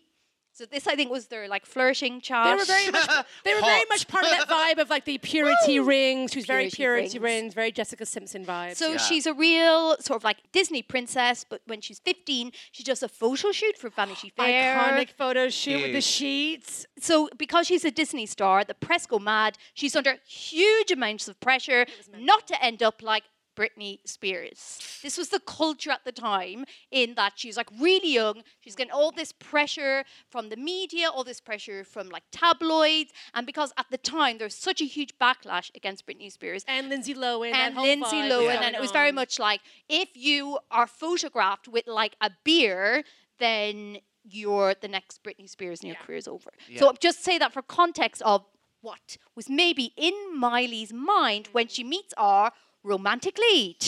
Speaker 8: So this, I think, was their like flirting chat.
Speaker 6: They were very much they were very much part of
Speaker 8: <laughs>
Speaker 6: that vibe of like the purity
Speaker 8: Woo!
Speaker 6: rings. She was very
Speaker 8: Purity
Speaker 6: purity
Speaker 8: rings.
Speaker 6: rings. very Jessica Simpson vibe.
Speaker 8: So she's a real sort of like Disney princess, but when she's 15, she does a photo shoot for Vanity Fair.
Speaker 6: iconic photo shoot with the
Speaker 8: Huge.
Speaker 6: sheets.
Speaker 8: So because she's a Disney star, the press go mad. She's under huge amounts of pressure not to end up like Britney Spears. This was the culture at the time in that she's like really young. She's getting all this pressure from the media, all this pressure from like tabloids. And because at the time there's such a huge backlash against Britney Spears.
Speaker 6: And Lindsay Lohan. that
Speaker 8: And
Speaker 6: whole
Speaker 8: Lindsay
Speaker 6: vibe
Speaker 8: Lohan.
Speaker 6: was
Speaker 8: And
Speaker 6: going
Speaker 8: it was very
Speaker 6: on.
Speaker 8: much like if you are photographed with like a beer, then you're the next Britney Spears and your career's over. So
Speaker 6: Yeah.
Speaker 8: I'm just say that for context of what was maybe in Miley's mind when she
Speaker 6: Mm-hmm.
Speaker 8: meets our romantic lead,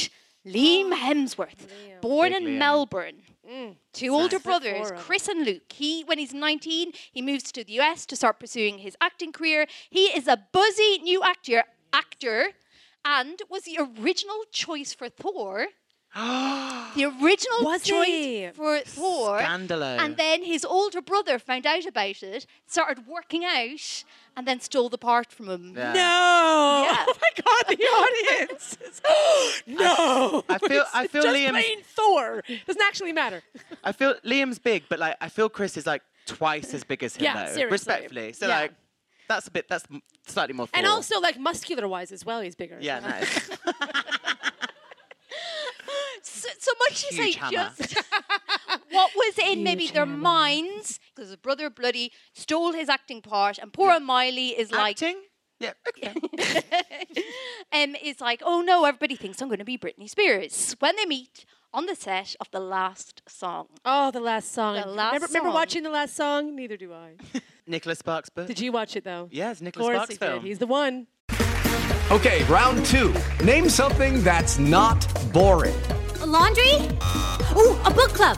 Speaker 8: Liam
Speaker 6: <gasps>
Speaker 8: Hemsworth, born
Speaker 6: Big
Speaker 8: in
Speaker 6: Liam.
Speaker 8: Melbourne.
Speaker 6: Mm.
Speaker 8: Two older
Speaker 6: Nice. Good for
Speaker 8: brothers,
Speaker 6: him.
Speaker 8: Chris and Luke. He, when he's 19, he moves to the US to start pursuing his acting career. He is a buzzy new actor, actor, and was the original choice for
Speaker 4: <gasps>
Speaker 8: Thor. the original
Speaker 6: Was
Speaker 8: choice
Speaker 6: he?
Speaker 8: for Thor.
Speaker 4: Scandalo.
Speaker 8: And then his older brother found out about it, started working out, and then stole the part from him.
Speaker 4: Yeah.
Speaker 6: No.
Speaker 8: Yeah.
Speaker 6: <laughs> Oh my God, the audience.
Speaker 4: <gasps>
Speaker 6: is- <gasps> no.
Speaker 4: I feel- I feel
Speaker 6: Just
Speaker 4: Liam's-
Speaker 6: plain Thor. Doesn't actually matter.
Speaker 4: I feel Liam's big, but like I feel Chris is like
Speaker 6: twice as big as him,
Speaker 7: Yeah,
Speaker 6: though.
Speaker 7: seriously.
Speaker 6: Respectfully. So
Speaker 7: Yeah.
Speaker 6: like, that's a bit. That's m- slightly more.
Speaker 7: And
Speaker 6: full.
Speaker 7: also, like muscular wise as well, he's bigger.
Speaker 6: Yeah, nice.
Speaker 8: <laughs> so, so much as
Speaker 6: Huge
Speaker 8: I
Speaker 6: hammer.
Speaker 8: just <laughs> what was in maybe
Speaker 7: Huge
Speaker 8: their
Speaker 7: hammer.
Speaker 8: minds because his brother bloody stole his acting part, and poor Miley is like acting.
Speaker 6: Yeah.
Speaker 8: <laughs> um, is like, oh no, everybody thinks I'm going to be Britney Spears when they meet on the set of the last song.
Speaker 7: Oh, the last song.
Speaker 8: The last
Speaker 7: remember, remember
Speaker 8: song.
Speaker 7: watching the last song? Neither do I.
Speaker 6: <laughs> Nicholas Sparks book.
Speaker 7: Did you watch it though?
Speaker 6: Yes,
Speaker 7: Of
Speaker 6: Nicholas
Speaker 7: course
Speaker 6: Sparks
Speaker 7: he did.
Speaker 6: film.
Speaker 7: He's the one.
Speaker 11: Okay, round two. Name something that's not boring.
Speaker 12: laundry? Ooh, a book club.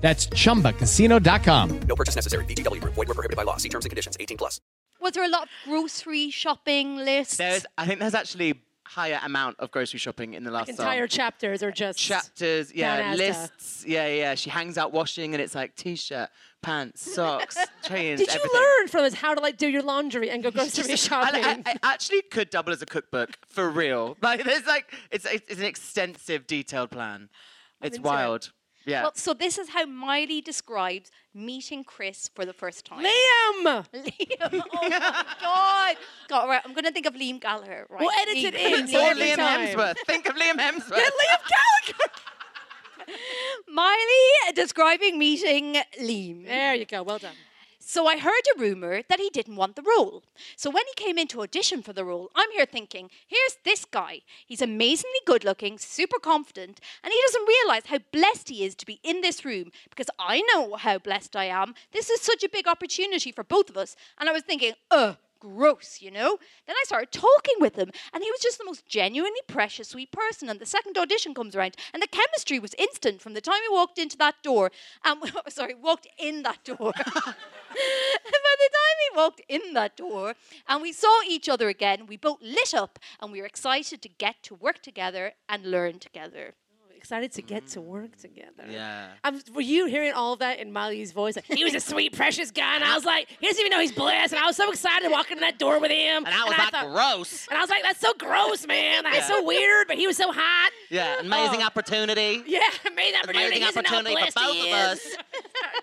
Speaker 4: That's chumbacasino.com.
Speaker 11: No purchase necessary. VGW Group. Void were prohibited by law. See terms and conditions. 18 plus.
Speaker 8: Was there a lot of grocery shopping lists?
Speaker 6: There's, I think there's actually higher amount of grocery shopping in the last song.
Speaker 7: Entire chapters are just
Speaker 6: chapters, yeah,
Speaker 7: Asda.
Speaker 6: lists, yeah, yeah. She hangs out washing, and it's like t-shirt, pants,
Speaker 7: <laughs>
Speaker 6: socks, trains.
Speaker 7: Did you
Speaker 6: everything.
Speaker 7: learn from us how to like do your laundry and go grocery
Speaker 6: Just- <laughs> I-
Speaker 7: shopping?
Speaker 6: I, I actually could double as a cookbook for real. <laughs> Like there's like it's it's, it's an extensive, detailed plan. It's
Speaker 8: into it.
Speaker 6: wild. Yeah.
Speaker 8: Well, so this is how Miley describes meeting Chris for the first time.
Speaker 7: Liam!
Speaker 8: <laughs> Liam! Oh my God! God, right, I'm going to think of Liam Gallagher, right?
Speaker 7: We'll edit it in
Speaker 6: Or Liam Hemsworth. Think of Liam Hemsworth. Liam
Speaker 8: <laughs> Miley describing meeting Liam.
Speaker 7: There you go. Well done.
Speaker 8: So I heard a rumor that he didn't want the role. So when he came in to audition for the role, I'm here thinking, here's this guy. He's amazingly good looking, super confident, and he doesn't realize how blessed he is to be in this room because I know how blessed I am. This is such a big opportunity for both of us. And I was thinking, ugh. Gross, you know? Then I started talking with him, and he was just the most genuinely precious, sweet person. And the second audition comes around, and the chemistry was instant from the time he walked into that door. And <laughs> sorry, walked in that door. <laughs> And by the time we walked in that door and we saw each other again, we both lit up and we were excited to get to work together and learn together.
Speaker 7: Oh, Excited to get to work together.
Speaker 6: Yeah.
Speaker 7: I'm, were you hearing all that in Molly's voice? Like, he was a sweet, precious guy, and I was like, he doesn't even know he's blessed. And I was so excited walking in that door with him. And
Speaker 6: I was like, gross.
Speaker 7: And I was like, that's so gross, man. That's
Speaker 6: Yeah.
Speaker 7: so weird, but he was so hot.
Speaker 6: Yeah, amazing
Speaker 7: Oh.
Speaker 6: opportunity.
Speaker 7: Yeah, amazing opportunity.
Speaker 6: Amazing
Speaker 7: He's an
Speaker 6: opportunity for
Speaker 7: outblast,
Speaker 6: both
Speaker 7: he
Speaker 6: of us.
Speaker 7: is.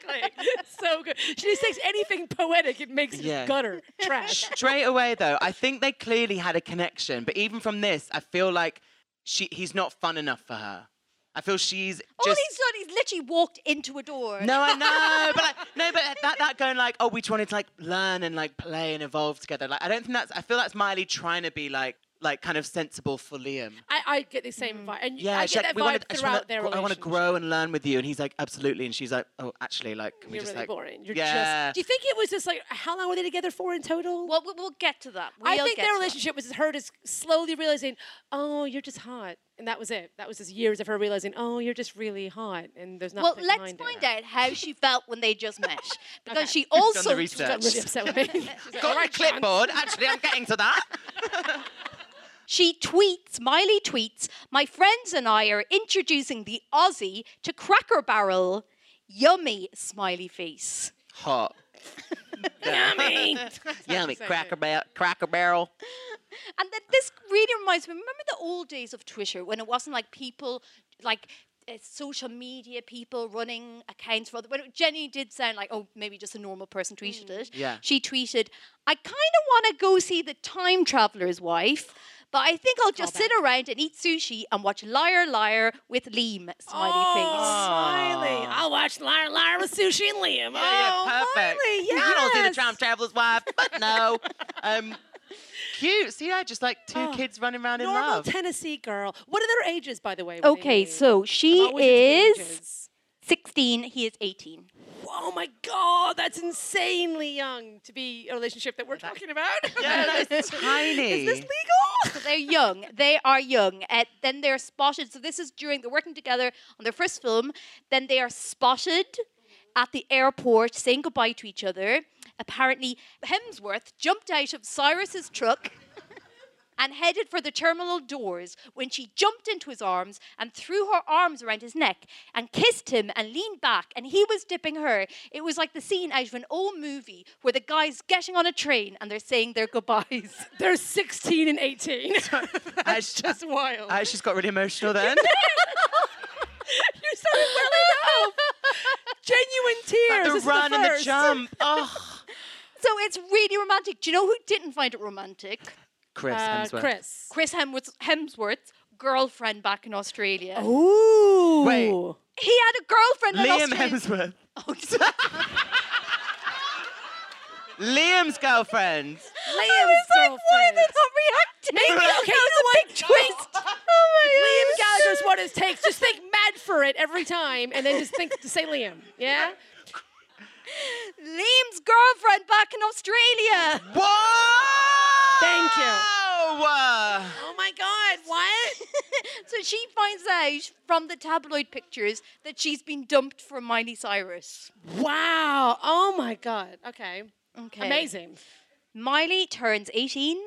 Speaker 7: exactly. <laughs> So good. She just takes anything poetic, it makes
Speaker 6: Yeah.
Speaker 7: it gutter, trash.
Speaker 6: Straight away though, I think they clearly had a connection. But even from this, I feel like she he's not fun enough for her. I feel she's
Speaker 8: All
Speaker 6: just
Speaker 8: he's done, he's literally walked into a door.
Speaker 6: No, I
Speaker 8: <laughs>
Speaker 6: know, but like, no, but that, that going like, oh, we just wanted to like learn and like play and evolve together. Like, I don't think that's. I feel that's Miley trying to be like, like kind of sensible for Liam.
Speaker 7: I, I get the same vibe. And
Speaker 6: Yeah,
Speaker 7: I
Speaker 6: she's
Speaker 7: get
Speaker 6: like,
Speaker 7: that
Speaker 6: we
Speaker 7: vibe
Speaker 6: wanted, I, just wanna
Speaker 7: throughout their
Speaker 6: gr- I want to
Speaker 7: relationship.
Speaker 6: grow and learn with you, and he's like, absolutely, and she's like, oh, actually, like, can we
Speaker 7: You're
Speaker 6: just
Speaker 7: really
Speaker 6: like,
Speaker 7: boring. You're
Speaker 6: yeah,
Speaker 7: just. Do you think it was just like how long were they together for in total?
Speaker 8: Well, we- we'll get to that.
Speaker 7: I
Speaker 8: We'll
Speaker 7: think
Speaker 8: get
Speaker 7: their
Speaker 8: to that.
Speaker 7: relationship was her just slowly realizing, oh, you're just hot, and that was it. That was just years of her realizing, oh, you're just really hot, and there's
Speaker 8: Well,
Speaker 7: nothing.
Speaker 8: let's
Speaker 7: behind it.
Speaker 8: find out how she felt when they just met. Because she
Speaker 7: Done the
Speaker 8: also
Speaker 7: research. Got really upset with me. She's like,
Speaker 6: got my
Speaker 7: "Alright, John."
Speaker 6: clipboard. actually, I'm getting to that.
Speaker 8: She tweets, Miley tweets, my friends and I are introducing the Aussie to Cracker Barrel. Yummy smiley face.
Speaker 6: Hot.
Speaker 8: <laughs> Yummy.
Speaker 6: Yummy. Cracker, ba- cracker barrel.
Speaker 8: And that this really reminds me. Remember the old days of Twitter when it wasn't like people, like uh, social media people running accounts for other. When it- Jenny did sound like, oh, maybe just a normal person tweeted it.
Speaker 13: Yeah.
Speaker 8: She tweeted, "I kind of want to go see the time traveler's wife." But I think I'll just sit around and eat sushi and watch Liar Liar with Liam smiley
Speaker 7: Smiley. I'll watch Liar Liar with Sushi and Liam.
Speaker 6: Yeah,
Speaker 7: oh,
Speaker 6: perfect.
Speaker 7: Miley,
Speaker 6: You don't see the
Speaker 7: yes.
Speaker 6: tram traveler's wife, but no.
Speaker 7: <laughs>
Speaker 6: Um, cute. See, I just like two kids running around in
Speaker 7: Ah. Normal
Speaker 6: love.
Speaker 7: Tennessee girl. What are their ages, by the way?
Speaker 8: face. Okay, so she is 16. He is 18.
Speaker 10: Oh my god, that's insanely young to be a relationship that we're talking about.
Speaker 4: Yeah,
Speaker 10: <laughs>
Speaker 4: that's
Speaker 10: Is this
Speaker 4: tiny.
Speaker 8: legal? so they're young. They are young. And then they're spotted. So this is during they're working together on their first film. Then they are spotted at the airport saying goodbye to each other. Apparently, Hemsworth jumped out of Cyrus's truck and headed for the terminal doors when she jumped into his arms and threw her arms around his neck and kissed him and leaned back and he was dipping her. It was like the scene out of an old movie where the guy's getting on a train and they're saying their goodbyes.
Speaker 10: <laughs> They're 16 and 18.
Speaker 4: <laughs>
Speaker 10: <laughs>
Speaker 4: That's
Speaker 10: just wild.
Speaker 4: I just got really emotional
Speaker 10: <laughs>
Speaker 4: then.
Speaker 10: You're so
Speaker 4: <laughs>
Speaker 10: well enough. Genuine tears.
Speaker 4: the
Speaker 10: This is
Speaker 4: run and the
Speaker 10: first.
Speaker 4: jump. Oh.
Speaker 8: So it's really romantic. Do you know who didn't find it romantic?
Speaker 4: Chris
Speaker 10: Uh,
Speaker 4: Hemsworth.
Speaker 10: Chris.
Speaker 8: Chris Hemsworth, Hemsworth's girlfriend back in Australia.
Speaker 10: Ooh.
Speaker 4: Wait.
Speaker 8: He had a girlfriend
Speaker 4: Liam
Speaker 8: in Australia.
Speaker 4: Hemsworth. Liam's girlfriend.
Speaker 10: Liam's girlfriend. Why are they not
Speaker 8: reacting?
Speaker 10: Maybe
Speaker 4: That
Speaker 10: okay, that was a big twist. Oh my Liam Gallagher's what it takes. Just think mad for it every time, and then just think to say Liam. <laughs> Yeah.
Speaker 8: Liam's girlfriend back in Australia.
Speaker 4: Whoa!
Speaker 10: Thank you.
Speaker 4: Oh,
Speaker 10: Oh my God! What?
Speaker 8: <laughs> so she finds out from the tabloid pictures that she's been dumped from Miley Cyrus.
Speaker 10: Wow! Oh my God! Okay.
Speaker 8: Okay.
Speaker 10: Amazing.
Speaker 8: Miley turns 18.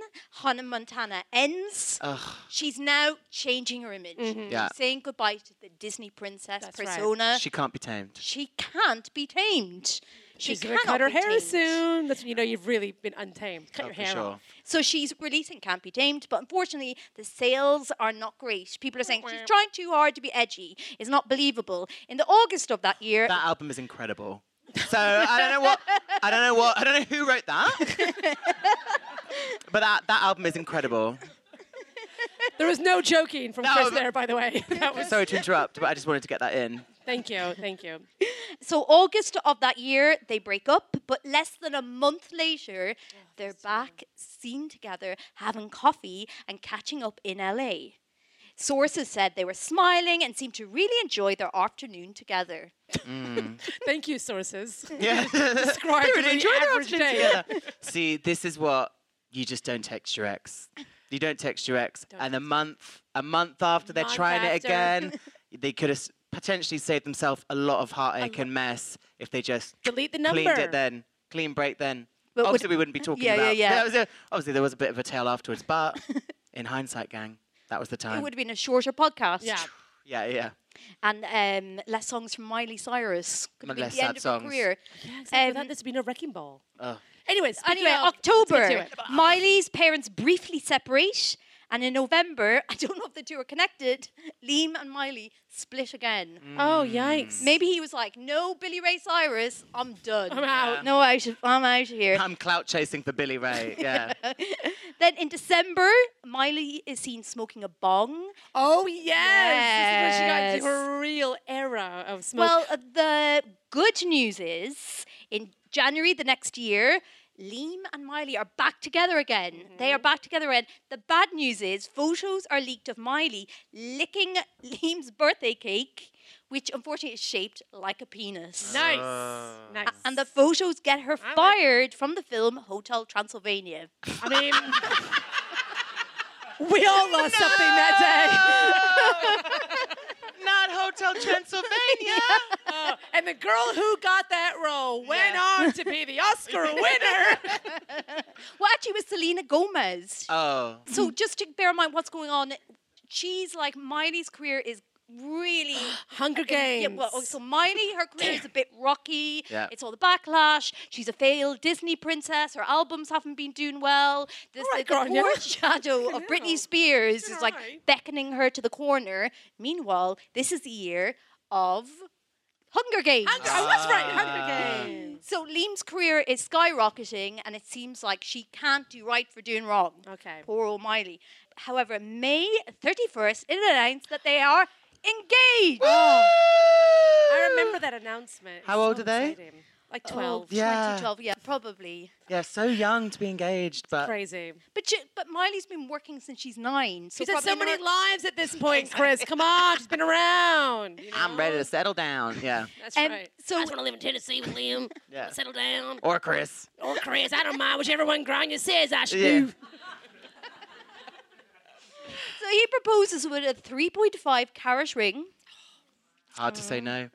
Speaker 8: Hannah Montana ends.
Speaker 4: Ugh.
Speaker 8: She's now changing her image.
Speaker 4: Yeah.
Speaker 8: She's saying goodbye to the Disney princess
Speaker 10: Mm-hmm. right.
Speaker 8: persona.
Speaker 4: She can't be tamed.
Speaker 8: She can't be tamed. She
Speaker 10: She's gonna
Speaker 8: cannot
Speaker 10: cut her
Speaker 8: be
Speaker 10: hair
Speaker 8: tamed.
Speaker 10: soon. Mm, That's when you know you've really been untamed. Cut
Speaker 4: Oh,
Speaker 10: your
Speaker 4: for
Speaker 10: hair
Speaker 4: sure.
Speaker 10: off.
Speaker 8: So she's releasing Can't Be Tamed, but unfortunately, the sales are not great. People are saying she's trying too hard to be edgy. It's not believable. In the August of that year,
Speaker 4: That album is incredible. So I don't know what I don't know what I don't know who wrote that. but that, that album is incredible.
Speaker 10: There was no joking from
Speaker 4: No,
Speaker 10: Chris
Speaker 4: but-
Speaker 10: there, by the way. That was,
Speaker 4: Sorry to interrupt, but I just wanted to get that in.
Speaker 10: thank you, thank you.
Speaker 8: so August of that year, they break up, but less than a month later, they're back seen together having coffee and catching up in LA. Sources said they were smiling and seemed to really enjoy their afternoon together.
Speaker 10: Thank you, sources.
Speaker 4: Yeah.
Speaker 10: Describe
Speaker 4: They really
Speaker 10: the
Speaker 4: enjoy their
Speaker 10: average
Speaker 4: afternoon
Speaker 10: day.
Speaker 4: together. See, this is what you just don't text your
Speaker 8: <laughs>
Speaker 4: ex. You don't text your ex, and a month, a month after they're
Speaker 10: Month
Speaker 4: trying it <laughs>
Speaker 10: after.
Speaker 4: again, they could have potentially saved themselves a lot of heartache and mess if they just
Speaker 10: Delete the
Speaker 4: cleaned
Speaker 10: number.
Speaker 4: it then, clean break then.
Speaker 8: But would-
Speaker 4: obviously, we
Speaker 8: <laughs>
Speaker 4: wouldn't be talking
Speaker 8: Yeah, yeah,
Speaker 4: about.
Speaker 8: yeah.
Speaker 4: There was a, obviously, there was a bit of a tail afterwards,
Speaker 8: <laughs>
Speaker 4: but in hindsight, gang, that was the
Speaker 8: It
Speaker 4: time.
Speaker 8: would have been a shorter podcast.
Speaker 10: Yeah.
Speaker 4: Yeah, yeah.
Speaker 8: And um, less songs from Miley Cyrus. Could have been
Speaker 4: Less
Speaker 8: the end
Speaker 4: sad
Speaker 8: of her
Speaker 4: songs.
Speaker 8: career.
Speaker 10: Yeah, exactly. Without this would be no wrecking ball.
Speaker 4: Oh.
Speaker 10: Anyways, speaking
Speaker 8: Um, Anyway,
Speaker 10: of- let's get
Speaker 8: October,
Speaker 10: to it.
Speaker 8: Miley's parents briefly separate, and in November, <laughs> I don't know if the two are connected. Liam and Miley split again.
Speaker 4: Mm.
Speaker 10: Oh yikes!
Speaker 8: Maybe he was like, "No, Billy Ray Cyrus, I'm done.
Speaker 10: I'm out.
Speaker 8: No, I should, I'm out of here."
Speaker 4: I'm clout chasing for Billy Ray. Yeah.
Speaker 8: then in December, Miley is seen smoking a bong.
Speaker 10: Oh yes! This is when she got
Speaker 8: Yes.
Speaker 10: into her real era of smoke.
Speaker 8: Well, uh, the good news is in January the next year, Liam and Miley are back together again. They are
Speaker 10: Mm-hmm.
Speaker 8: back together again. The bad news is photos are leaked of Miley licking Liam's birthday cake, which unfortunately is shaped like a penis.
Speaker 10: nice, nice.
Speaker 8: And the photos get her
Speaker 10: I like it.
Speaker 8: fired from the film Hotel Transylvania.
Speaker 10: I mean, we all lost something that
Speaker 4: Not Hotel Transylvania.
Speaker 10: day. Oh, and the girl who got that role went on to
Speaker 8: <laughs>
Speaker 10: be the Oscar winner.
Speaker 8: Well, actually, it was Selena Gomez.
Speaker 4: Oh.
Speaker 8: So just to bear in mind what's going on, she's like Miley's career is really
Speaker 10: <gasps> Hunger
Speaker 8: in-
Speaker 10: Games.
Speaker 8: yeah, well, oh, so Miley, her career is a bit rocky.
Speaker 10: Yeah.
Speaker 8: It's all the backlash. She's a failed Disney princess. Her albums haven't been doing well. This
Speaker 10: right,
Speaker 8: the, the
Speaker 10: Grania. <laughs>
Speaker 8: foreshadow of Britney Spears is like beckoning her to the corner. Meanwhile, this is the year of Hunger Games.
Speaker 10: Hunger, I was Oh, right.
Speaker 4: Ah.
Speaker 10: Hunger Games.
Speaker 8: So Liam's career is skyrocketing, and it seems like she can't do right for doing wrong.
Speaker 10: Okay.
Speaker 8: Poor old Miley. However, May 31st, it announced that they are engaged.
Speaker 4: <gasps>
Speaker 10: I remember that announcement.
Speaker 4: How old are they? Oh,
Speaker 10: Exciting.
Speaker 8: Like 12.
Speaker 4: Yeah.
Speaker 8: 20, 12, yeah, probably.
Speaker 4: Yeah, so young to be engaged, but
Speaker 10: Crazy.
Speaker 8: But she, but Miley's been working since she's nine. So
Speaker 10: She's had so
Speaker 8: probably
Speaker 10: many
Speaker 8: not-
Speaker 10: lives at this point, Chris. Come on, she's been around. you
Speaker 4: I'm ready to settle down. Yeah.
Speaker 10: That's
Speaker 8: And
Speaker 10: right.
Speaker 8: So
Speaker 14: I just want to live in Tennessee with Liam.
Speaker 4: Yeah.
Speaker 14: Settle down.
Speaker 4: Or Chris.
Speaker 14: Or Chris. I don't mind. Whichever one Grania says I should
Speaker 4: Yeah.
Speaker 14: do.
Speaker 8: So uh, he proposes with a 3.5 carat ring.
Speaker 4: Hard to say no.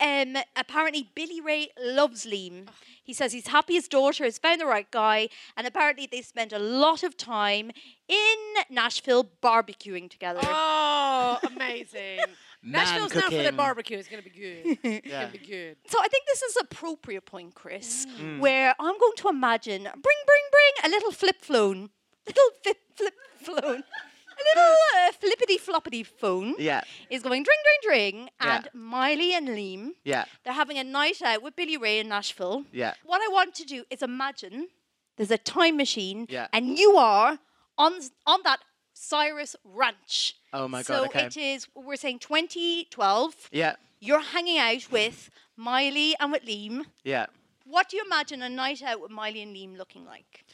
Speaker 8: Um, apparently, Billy Ray loves Liam. He says he's happy his daughter has found the right guy, and apparently, they spend a lot of time in Nashville barbecuing together.
Speaker 10: Oh, amazing.
Speaker 8: Man
Speaker 10: Nashville's known for their
Speaker 8: cooking.
Speaker 10: barbecue. It's going to be good. It's
Speaker 8: Yeah.
Speaker 10: going to be good.
Speaker 8: So I think this is appropriate point, Chris,
Speaker 10: Mm.
Speaker 8: where I'm going to imagine bring, bring, bring a little flip phone, little flip, flip phone, a little uh, flippity floppity phone
Speaker 4: Yeah.
Speaker 8: is going dring, dring, dring,
Speaker 4: Yeah.
Speaker 8: and Miley and Liam,
Speaker 4: Yeah.
Speaker 8: they're having a night out with Billy Ray in Nashville.
Speaker 4: Yeah.
Speaker 8: What I want to do is imagine there's a time machine,
Speaker 4: Yeah.
Speaker 8: and you are on s- on that Cyrus Ranch.
Speaker 4: Oh my
Speaker 8: so
Speaker 4: god. Okay.
Speaker 8: it is. We're saying 2012.
Speaker 4: Yeah.
Speaker 8: You're hanging out with Miley and with Liam.
Speaker 4: Yeah.
Speaker 8: What do you imagine a night out with Miley and Liam looking like?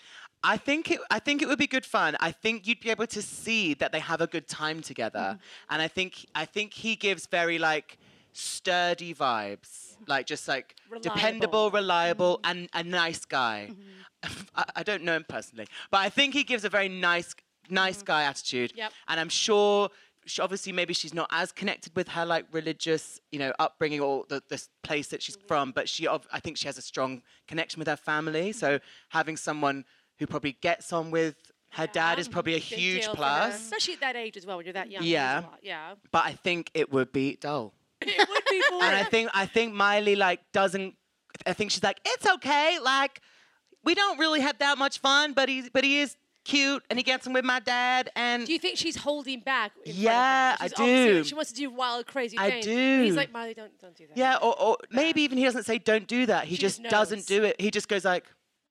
Speaker 4: I think it. I think it would be good fun. I think you'd be able to see that they have a good time together, and I think I think he gives very like sturdy vibes, like just like dependable, reliable, and a nice guy. <laughs> I, I don't know him personally, but I think he gives a very nice nice guy attitude,
Speaker 10: Yep.
Speaker 4: and I'm sure. She, obviously, maybe she's not as connected with her like religious, you know, upbringing or the this place that she's from. But she, ob- I think, she has a strong connection with her family. So having someone who probably gets on with her dad is probably a
Speaker 10: Big
Speaker 4: huge
Speaker 10: deal for her,
Speaker 4: plus.
Speaker 10: Especially at that age as well, when you're that young. it is a
Speaker 4: Yeah.
Speaker 10: lot, Yeah.
Speaker 4: But I think it would be
Speaker 8: <laughs>
Speaker 4: dull.
Speaker 10: It would be boring.
Speaker 4: and I think I think Miley like doesn't. I think she's like, it's okay. Like we don't really have that much fun, but he's but he is cute and he gets on with my dad and.
Speaker 10: Do you think she's holding back? in front of him?
Speaker 4: Yeah, I
Speaker 10: She's obviously-
Speaker 4: do.
Speaker 10: She wants to do wild, crazy
Speaker 4: I
Speaker 10: things. And He's
Speaker 4: do.
Speaker 10: like, Miley, don't, don't do that.
Speaker 4: yeah, or, or maybe even he doesn't say don't do that. He
Speaker 10: She just
Speaker 4: just doesn't do it. He just goes like,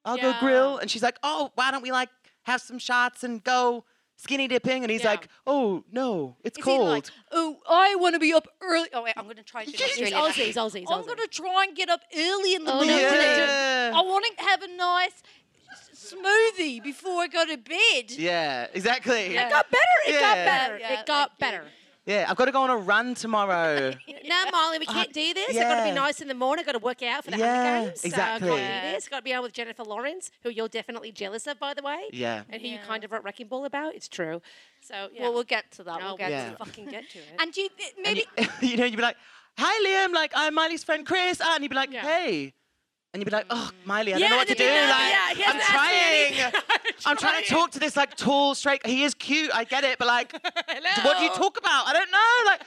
Speaker 4: I'll go grill, and she's like, oh, why don't we like have some shots and go skinny dipping? And he's like, oh no, it's
Speaker 8: Is he
Speaker 4: cold.
Speaker 8: like, oh, I want to be up early. Oh, wait, I'm going to try and do an
Speaker 10: He's
Speaker 8: Australian
Speaker 10: Aussie,
Speaker 8: accent.
Speaker 10: he's Aussie, he's
Speaker 8: I'm
Speaker 10: Aussie."
Speaker 8: going to try and get up early in the
Speaker 10: Oh,
Speaker 8: morning.
Speaker 4: yeah.
Speaker 8: I want to have a nice s- smoothie before I go to bed.
Speaker 4: Yeah, exactly.
Speaker 8: Yeah.
Speaker 10: It got better. It got
Speaker 4: Yeah.
Speaker 10: better.
Speaker 8: Yeah,
Speaker 10: it got better.
Speaker 4: Yeah, I've got to go on a run tomorrow.
Speaker 10: <laughs> Now, Molly, we can't do this. I've got to
Speaker 4: Uh, yeah.
Speaker 10: be nice in the morning. I've got to work out for the
Speaker 4: Yeah,
Speaker 10: Hunger Games. So I can't
Speaker 4: exactly.
Speaker 10: do this. Got to be on with Jennifer Lawrence, who you're definitely jealous of, by the way.
Speaker 4: Yeah.
Speaker 10: And who you kind of wrote Wrecking Ball about. It's true. So yeah.
Speaker 8: Well, we'll get to that.
Speaker 10: No,
Speaker 8: we'll get
Speaker 4: Yeah.
Speaker 8: to that.
Speaker 10: fucking get to it. <laughs>
Speaker 8: And do you th- maybe
Speaker 4: you know, you'd be like, "Hi, Liam. Like, I'm Miley's friend Chris," and he'd be like, "Hey," and you'd be like, "Oh, Miley, I
Speaker 10: Yeah,
Speaker 4: don't know what to
Speaker 10: and
Speaker 4: do.
Speaker 10: then
Speaker 4: Like,
Speaker 10: you know, yeah, he
Speaker 4: I'm
Speaker 10: hasn't asked me <laughs>
Speaker 4: trying. I'm trying to talk to this like tall, straight. He is cute. I get it, but
Speaker 10: <laughs>
Speaker 4: like, what do you talk about? I don't know. Like."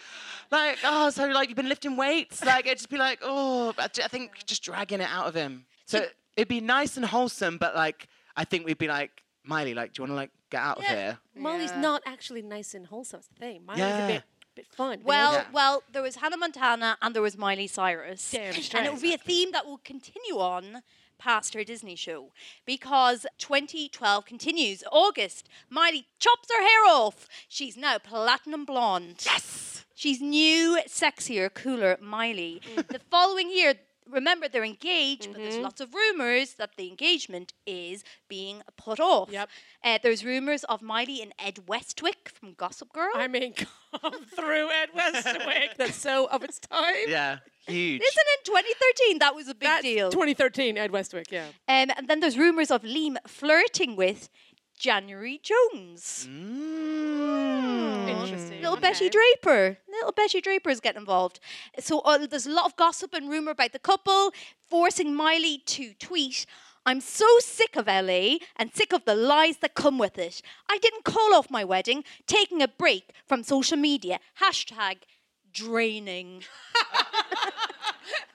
Speaker 4: Like, oh, so like you've been lifting weights. Like, it'd just be like, oh, I ju- I think just dragging it out of him. So it'd be nice and wholesome, but like, I think we'd be like, Miley, like, do you want to like get out of here?
Speaker 10: Uh, Molly's not actually nice and wholesome. That's the thing. Molly's
Speaker 4: Yeah.
Speaker 10: a bit, bit fun. you know?
Speaker 8: Well, well, there was Hannah Montana and there was Miley Cyrus. and
Speaker 10: straight.
Speaker 8: it will be a theme that will continue on past her Disney show because 2012 continues. August, Miley chops her hair off. She's now platinum blonde. Yes. She's new, sexier, cooler Miley. the following year, remember they're engaged, but there's lots of rumors that the engagement is being put off. Yep. Uh, there's rumors of Miley and Ed Westwick from Gossip Girl. I
Speaker 10: mean, come <laughs> through Ed <laughs> Westwick. That's so of its time.
Speaker 4: Yeah, huge.
Speaker 8: Isn't in 2013 that was a big deal?
Speaker 10: 2013, Ed Westwick, yeah.
Speaker 8: Um, and then there's rumours of Liam flirting with January Jones.
Speaker 10: Interesting.
Speaker 8: Little Betty Draper. Little Betty Draper is getting involved. So uh, there's a lot of gossip and rumour about the couple, forcing Miley to tweet. I'm so sick of LA and sick of the lies that come with it. I didn't call off my wedding, taking a break from social media. Hashtag <laughs> draining.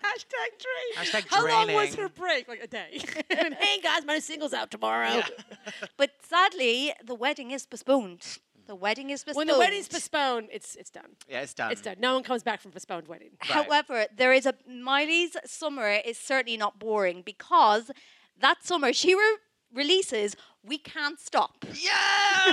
Speaker 10: Hashtag dream.
Speaker 8: Hashtag
Speaker 10: How long was
Speaker 8: draining.
Speaker 10: her break? Like a
Speaker 8: <laughs>
Speaker 10: day. And, hey guys, my single's out tomorrow.
Speaker 8: But sadly, the wedding is postponed. The wedding is
Speaker 10: When
Speaker 8: postponed.
Speaker 10: the wedding's postponed, it's it's done.
Speaker 4: Yeah, it's done.
Speaker 10: It's done. No one comes back from postponed wedding.
Speaker 8: However, there is a Miley's summer is certainly not boring because that summer she re- releases We Can't Stop.
Speaker 10: Do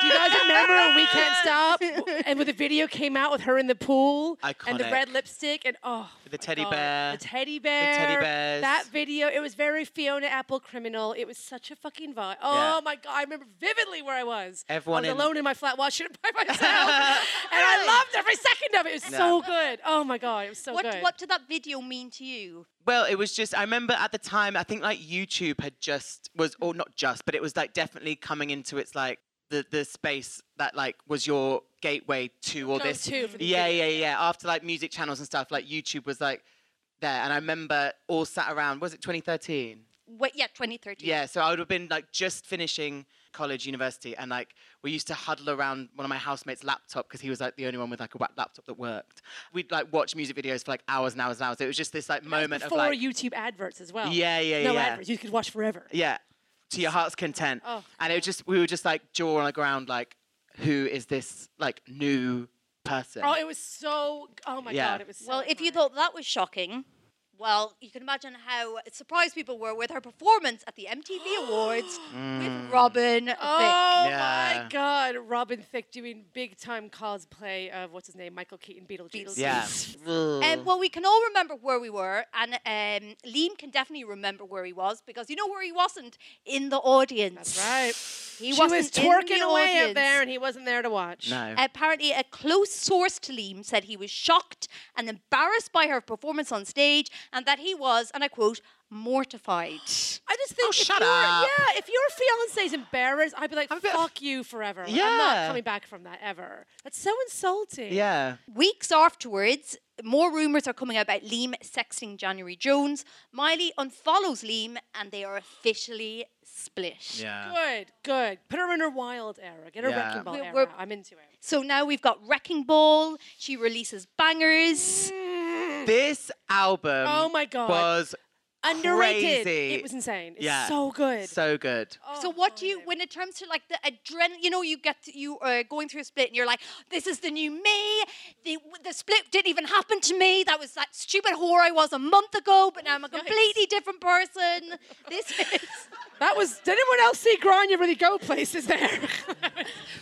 Speaker 10: you guys remember when We
Speaker 4: <laughs>
Speaker 10: Can't Stop? And when the video came out with her in the pool and the
Speaker 4: Iconic.
Speaker 10: red lipstick and oh.
Speaker 4: The teddy
Speaker 10: God,
Speaker 4: bear.
Speaker 10: The teddy bear.
Speaker 4: bears.
Speaker 10: That video, it was very Fiona Apple criminal. It was such a fucking vibe. Oh
Speaker 4: Yeah.
Speaker 10: my God, I remember vividly where I was.
Speaker 4: Everyone
Speaker 10: I was
Speaker 4: in-
Speaker 10: alone in my flat watching it <laughs> by
Speaker 4: <laughs>
Speaker 10: myself. and I loved every second of it. It was
Speaker 4: Yeah.
Speaker 10: so good. Oh my God, it was so
Speaker 8: what,
Speaker 10: good.
Speaker 8: What did that video mean to you?
Speaker 4: Well, it was just I remember at the time I think like YouTube had just was or not just, but it was like definitely coming into its like the the space that like was your gateway to all this.
Speaker 10: Go-to for the
Speaker 4: yeah,
Speaker 10: kids.
Speaker 4: yeah, yeah. After like music channels and stuff, like YouTube was like there. And I remember all sat around, was it 2013?
Speaker 8: What, yeah, 2013.
Speaker 4: Yeah, so I would have been like just finishing college, university, and like we used to huddle around one of my housemates' laptop because he was like the only one with like a wa- laptop that worked. We'd like watch music videos for like hours and hours and hours. It was just this like
Speaker 10: That was
Speaker 4: moment of
Speaker 10: before
Speaker 4: like
Speaker 10: YouTube adverts as well.
Speaker 4: Yeah, yeah,
Speaker 10: no
Speaker 4: yeah.
Speaker 10: adverts. You could watch forever.
Speaker 4: yeah, to your heart's content.
Speaker 10: Oh.
Speaker 4: And it was just we were just like jaw on the ground, like who is this like new person?
Speaker 10: Oh, it was so. Oh my
Speaker 4: Yeah.
Speaker 10: God, it was. So
Speaker 8: Well, if you thought that was shocking, well, you can imagine how surprised people were with her performance at the
Speaker 10: <gasps>
Speaker 8: MTV Awards
Speaker 4: Mm.
Speaker 8: with Robin Thicke.
Speaker 10: Oh
Speaker 4: Yeah.
Speaker 10: my God, Robin Thicke doing big time cosplay of what's his name, Michael Keaton, Beetlejuice.
Speaker 4: yeah.
Speaker 8: Um, well, we can all remember where we were, and um, Liam can definitely remember where he was because you know where he wasn't in the audience. That's
Speaker 10: right.
Speaker 8: He
Speaker 10: she
Speaker 8: wasn't
Speaker 10: was
Speaker 8: in
Speaker 10: twerking
Speaker 8: the
Speaker 10: away
Speaker 8: audience.
Speaker 10: up there, and he wasn't there to watch.
Speaker 4: No.
Speaker 8: Apparently, a close source to Liam said he was shocked and embarrassed by her performance on stage, and that he was, and I quote, mortified.
Speaker 10: <sighs> I just think. if
Speaker 8: Oh, shut
Speaker 10: you're-
Speaker 8: up.
Speaker 10: Yeah, if your fiance's embarrassed, I'd be like, "Fuck you forever." Like, I'm not
Speaker 8: Yeah.
Speaker 10: coming back from that ever. That's so insulting.
Speaker 4: Yeah.
Speaker 8: Weeks afterwards, more rumours are coming out about Liam sexting January Jones. Miley unfollows Liam, and they are officially split.
Speaker 4: Yeah.
Speaker 10: Good, good. Put her in her wild era. Get her
Speaker 8: Yeah.
Speaker 10: wrecking ball
Speaker 8: We-
Speaker 10: era.
Speaker 8: we're-
Speaker 10: I'm into it.
Speaker 8: So now we've got Wrecking Ball. She releases bangers.
Speaker 4: This album
Speaker 10: Oh my God.
Speaker 4: was
Speaker 10: Underrated.
Speaker 4: crazy.
Speaker 10: It was insane. It's
Speaker 4: yeah.
Speaker 10: so good. Oh,
Speaker 4: So good.
Speaker 8: so what do you, when it comes to like the adrenaline, you know, you get to, you are going through a split, and you're like, this is the new me. The the split didn't even happen to me. That was that stupid whore I was a month ago,
Speaker 10: <laughs>
Speaker 8: but now I'm a completely different person. This is. <laughs>
Speaker 10: That was. Did anyone else see Grania really go places <laughs> there?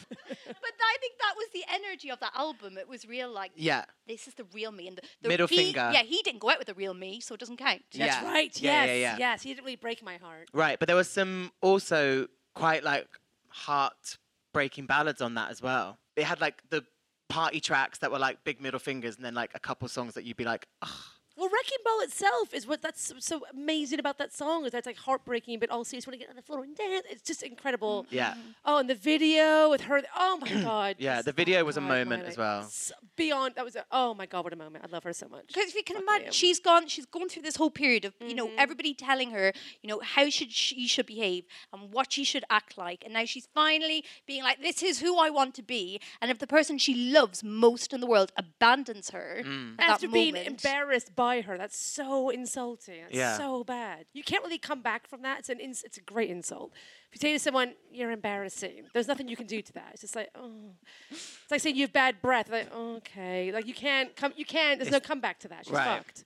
Speaker 8: But I think that was the energy of that album. It was real, like
Speaker 4: Yeah.
Speaker 8: this is the real me, and the, the
Speaker 4: Middle
Speaker 8: he-
Speaker 4: finger.
Speaker 8: Yeah, he didn't go out with the real me, so it doesn't count.
Speaker 4: That's Yeah. right, Yeah, yeah, yes, yeah.
Speaker 10: yes. He didn't really break my heart.
Speaker 4: Right, but there was some also quite like heart breaking ballads on that as well. It had like the party tracks that were like big middle fingers and then like a couple songs that you'd be like, "Ugh."
Speaker 10: Well, Wrecking Ball itself is what that's so- so amazing about that song is that's like heartbreaking, but also you just want to get on the floor and dance. It's just incredible.
Speaker 4: Mm-hmm. yeah.
Speaker 10: Oh, and the video with her. Oh
Speaker 4: <clears throat>
Speaker 10: my God.
Speaker 4: Yeah,
Speaker 10: just-
Speaker 4: the video
Speaker 10: oh
Speaker 4: was a
Speaker 10: God,
Speaker 4: moment
Speaker 10: Miley.
Speaker 4: as well.
Speaker 10: S- Beyond that was a, oh my God, what a moment! I love her so much.
Speaker 8: Because if you can imagine, she's gone. She's gone through this whole period of you
Speaker 10: Mm-hmm.
Speaker 8: know everybody telling her you know how should she should behave and what she should act like, and now she's finally being like, this is who I want to be. And if the person she loves most in the world abandons her at
Speaker 10: After
Speaker 8: that
Speaker 10: being
Speaker 8: moment,
Speaker 10: embarrassed by her, that's so insulting. That's
Speaker 8: Yeah.
Speaker 10: so bad. You can't really come back from that. It's an ins- it's a great insult. If you say to someone, "You're embarrassing," there's nothing you can do to that. It's just like, oh, it's like saying you have bad breath. Like, okay, like you can't come. You can't. There's no comeback to that. She's
Speaker 8: Right.
Speaker 10: fucked.